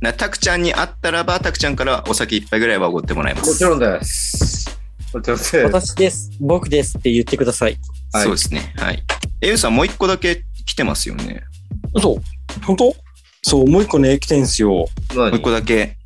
な、たくちゃんに会ったらば、たくちゃんからお酒一杯ぐらいはおごってもらいまもす。ちろんです。もちろんです。私です、僕ですって言ってください。はいそうですね。はい。えゆさん、もう一個だけ来てますよね。嘘本当そう、もう一個ね、来てんすよ。もう一個だけ。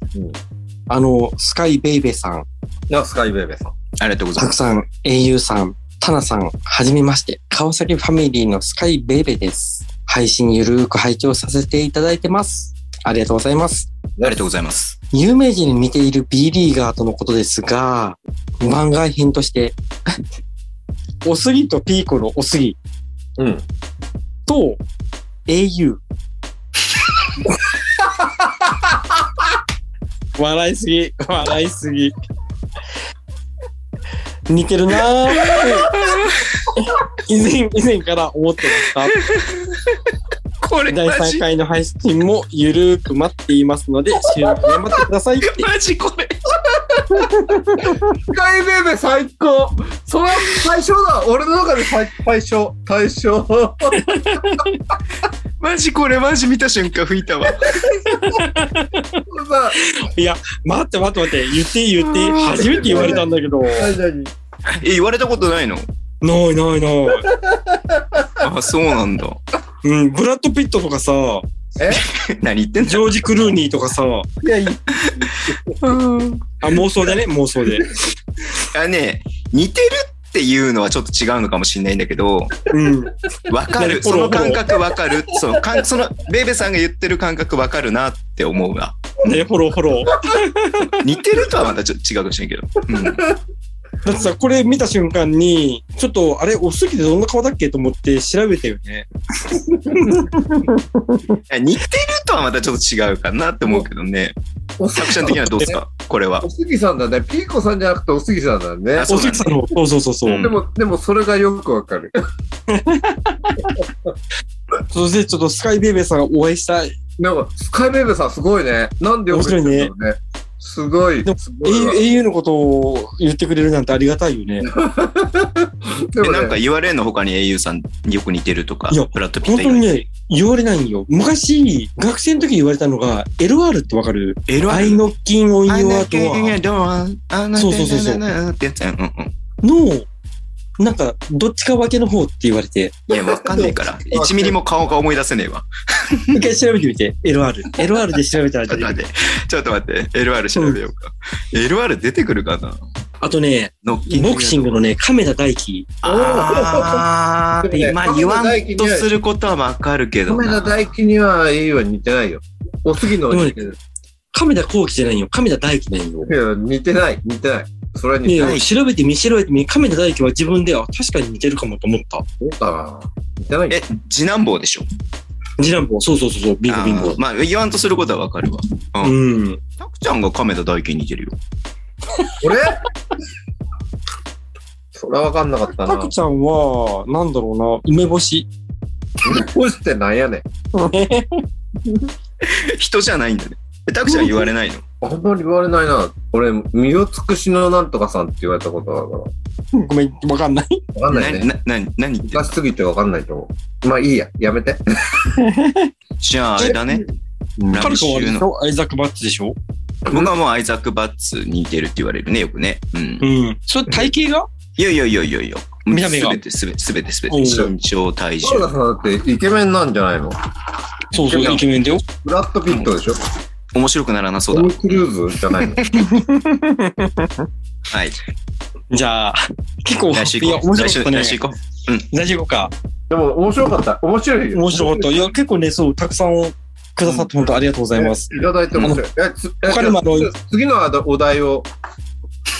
あの、スカイベイベーさん、何スカイベイベーさん。ありがとうございたまくす。さん、英雄さん、タナさん、はじめまして、川崎ファミリーのスカイベイベーです。配信ゆるーく拝聴させていただいてます。ありがとうございます。ありがとうございます。有名人に似ている B リーガーとのことですが、番外編として、 おすぎとピーコロおすぎうん。と au。笑いすぎ、笑いすぎ。似てるなぁ。 以前、以前から思ってましこれた。第マ3ジ、回の配信もゆるーく待っています ので、収録頑張ってくださいって。マジこれ。スカイベイベー最高それは最初だ俺の中で最最初。最初。マジこれ、マジ見た瞬間吹いたわ。ま待あ、って待って待って、言っていい言っていいうん初めて言われたんだけど。ない何々え、言われたことないのないない。あ、そうなんだ。うん、ブラッド・ピットとかさ、何言ってんジのョージ・クルーニーとかさ、いや、いい。あ、妄想でね、妄想で。あね、似てるっていうのはちょっと違うのかもしれないんだけど、うん。わかねる。フォそローの感覚わかる。その、かんその、ベイベーさんが言ってる感覚わかるなって思うわ。ね、フォローフォロー。似てるとはまたちょっと違うかもしれんけど。うん。だってさ、これ見た瞬間に、ちょっと、あれ、おすぎてどんな顔だっけと思って調べたよね。いや似てるとはまたちょっと違うかなって思うけどね。お作者的にはどうですかこれはお。すぎさんだね。ピーコさんじゃなくておすぎさんだねあ。そおうだねすぎさんの、そうそうそうそう。うんでも、でもそれがよくわかる。 そして、ちょっとスカイベイベーさんがお会いしたなんか、スカイベイブさんすごいね。なんでよく言ってるのね。すごい。でもすごいわ au のことを言ってくれるなんてありがたいよね。でもえねなんか言われるの他に au さんよく似てるとかいや、ブラッド・ピッ本タ以当外にに。ね、言われないんよ。昔、学生の時に言われたのが、LR ってわかるエロ愛の金音愛用のアートはそうそうそうそうってやつやん。うんうんの、なんか、どっちか分けの方って言われて、いや、わかんない から。う1ミリも顔が思い出せねえわ。一回調べてみて、LR。LR で調べたらちょ出ってと 待くる。って、ちょっと待って、LR 調べようか。LR 出てくるかなあとね、ノッキング。ボクシングのね、亀田大輝。あでもねー、まあ言わんとすることはわかるけど亀田な。大輝には au は似てないよ。おすぎのは似てる。亀田光輝じゃないよ。亀田大輝なんよい。や、似てない。似てない。それは似いてやないい。や調べてみ、調べてみ、亀田大輝は自分では確かに似てるかもと思った。そうかな。似てないんだえ、次男坊でしょ次男坊、そうそうそうそう、ビンゴビンあゴー。まあ言わんとすることはわかるわ。うん。タクちゃんが亀田大輝に似てるよ。俺 それは分かんなかったタなク。ちゃんは、なんだろうな、梅干し。 こうしてなんやねん。人じゃないんだね。えタクちゃん言われないのあんまり言われないな。俺、身を尽くしのなんとかさんって言われたことあるかごめん、わかんない。ら。わかんないな、ね。な、な、何言ってんの昔すぎてわかんないと思う。まあいいや、やめて。じゃああれだね。ラム彼かシはュあれでしの。ょアイザック・バッツでしょ僕はもうアイザック・バッツに似てるって言われるね、よくね。うんう。ん。それ体型がいやいやいやいやいや。見た目がすべてすべてすべてすべて。おう身長、体重カ。ルダさんだってイケメンなんじゃないのそうそう、イケメンだよ。ブラッド・ピットでしょ面白くならなそうトだ。ム・クルーズじゃないのはい。じゃあ、結構、来週いや、行こ面う。白来かっ週、たね来。週行こう。来週行こうか。でも面白かった。面白いよ。面白かった。いや、結構ね、そう、たくさんくださって本当ありがとうございます。いただいて面白い。えつえ他にもあのじゃあ次のあだお題を、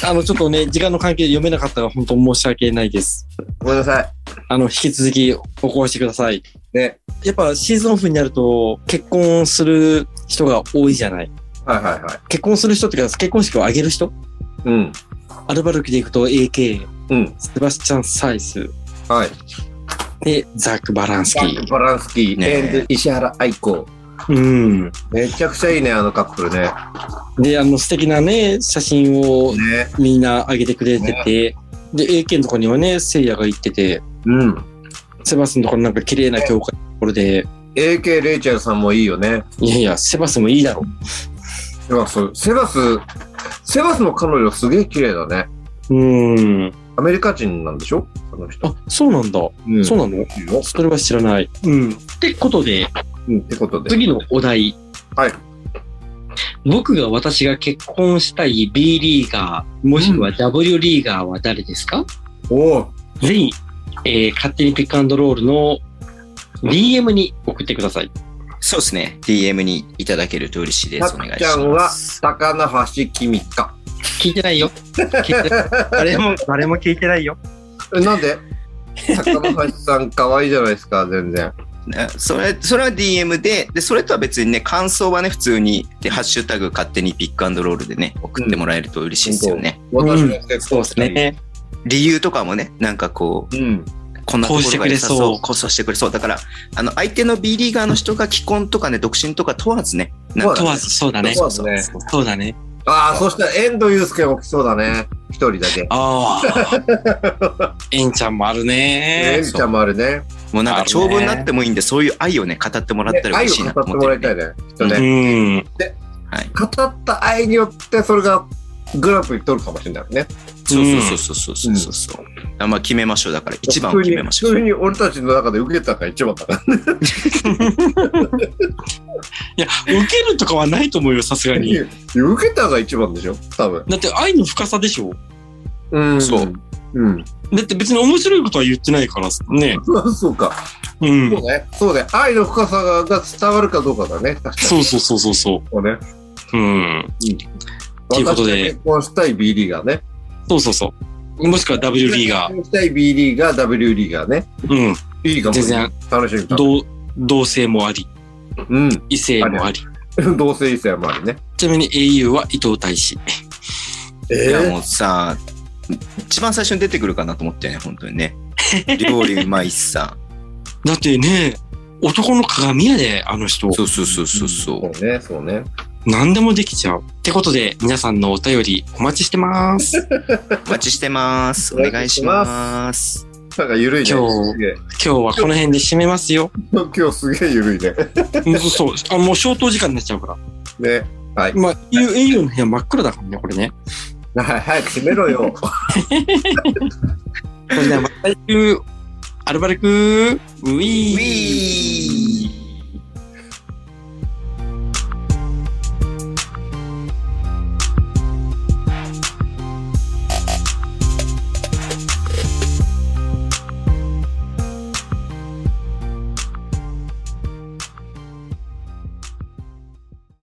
あの、ちょっとね、時間の関係で読めなかったら本当申し訳ないです。ごめんなさい。あの、引き続きお壊してください。ね。やっぱシーズンオフになると結婚する人が多いじゃない。はいはいはい。結婚する人っていうか、結婚式を挙げる人うん。アルバルクで行くと AK、うん。セバスチャン・サイス、はい。で、ザック・バランスキー。バランスキー、ねエンド石原愛子。うん。めちゃくちゃいいね、あのカップルね。で、あの、素敵なね、写真をね。みんな上げてくれてて、で、AK のとこにはね、聖夜が行ってて、うん。セバスのところなんか綺麗な教会のところで、 AK レイチェルさんもいいよね。いやいや、セバスもいいだろ。セバス、セバス、セバスの彼女すげえ綺麗だね。うーん。アメリカ人なんでしょあの人。あ、そうなんだ。うんそうなのいいよそれは知らない。うん。ってことで、うん。ってことで。次のお題。はい。僕が私が結婚したい B リーガー、もしくは W リーガーは誰ですか、おお。ぜひ、えー勝手にピックアンドロールの DM に送ってください。そうですね。DM にいただけると嬉しいでたす。お願いくしちゃんまはす。高橋君か。聞いてない よ。聞いてない誰も、誰も聞いてないよ。えな んで高橋さん可愛いじゃないですか、全然。ねそれ、それは DM で、で、それとは別にね、感想はね、普通に、で、ハッシュタグ勝手にピックアンドロールでね、送ってもらえると嬉しいですよね。私の結そうです。ね。理由とかもね、なんかこう、うん。こんなところが良さこうしてくれそそうう、こうしてくれそう。だから、あの、相手の B リーガーの人が既婚とかね、独身とか問わずね、なんか問問わず、そうだね。そうですね。そうだね。ああ、そしたら遠藤祐介も来そうだね。一人だけ。ああ。 えんちゃんもあるエねン。ちゃんもあるね。もうなんか長文になってもいいんで、そういう愛をね、語ってもらっねたら愛嬉しいをな語とって思っもてらるいんで、たいね。きっとうん。ね。はい。語った愛によって、それがグランプリ取るかもしれないね。そうそうそうそうそうそう。あまあ決めましょう。だから、一番を決めましょ普通う。に俺たちの中で受けたのが一番だから。いや、受けるとかはないと思うよ、さすがに。 受けたのが一番でしょ多分。だって愛の深さでしょうんそう。うん。だって別に面白いことは言ってないからね。そうか。う。そうんね。そうね。愛の深さがが伝わるかどうかだね。確かに。そうそうそうそうそそうね。う。うん。ということで私が結婚したい B リーガーね。そうそうそう。もしくは W リーガー。結婚したい B リーガー、W リーガーね。うん。いいかも全然、楽しみだ。同、同性もあり、うん。異性もあり。 同性異性もあるね。ちなみに au は伊藤大使。いや、えもうさ、一番最初に出 てくるかなと思ったよね、本当にね。料理うまいしさ。だってね、男の鏡やで、あの人。そうそうそうそうそう。そうね、そうね。何でもできちゃう。ってことで、皆さんのお便りお待ちしてます。お待ちしてます。お願いします。なんか緩いね。今日すげえ今日はこの辺で締めますよ。今日すげえ緩いね。うんそう。あ、もう消灯時間になっちゃうから。ね。はい。まあ、EU, EU の部屋真っ暗だからね、これね。はい、早く閉めろよ。これね、また来週アルバルクウィーウィー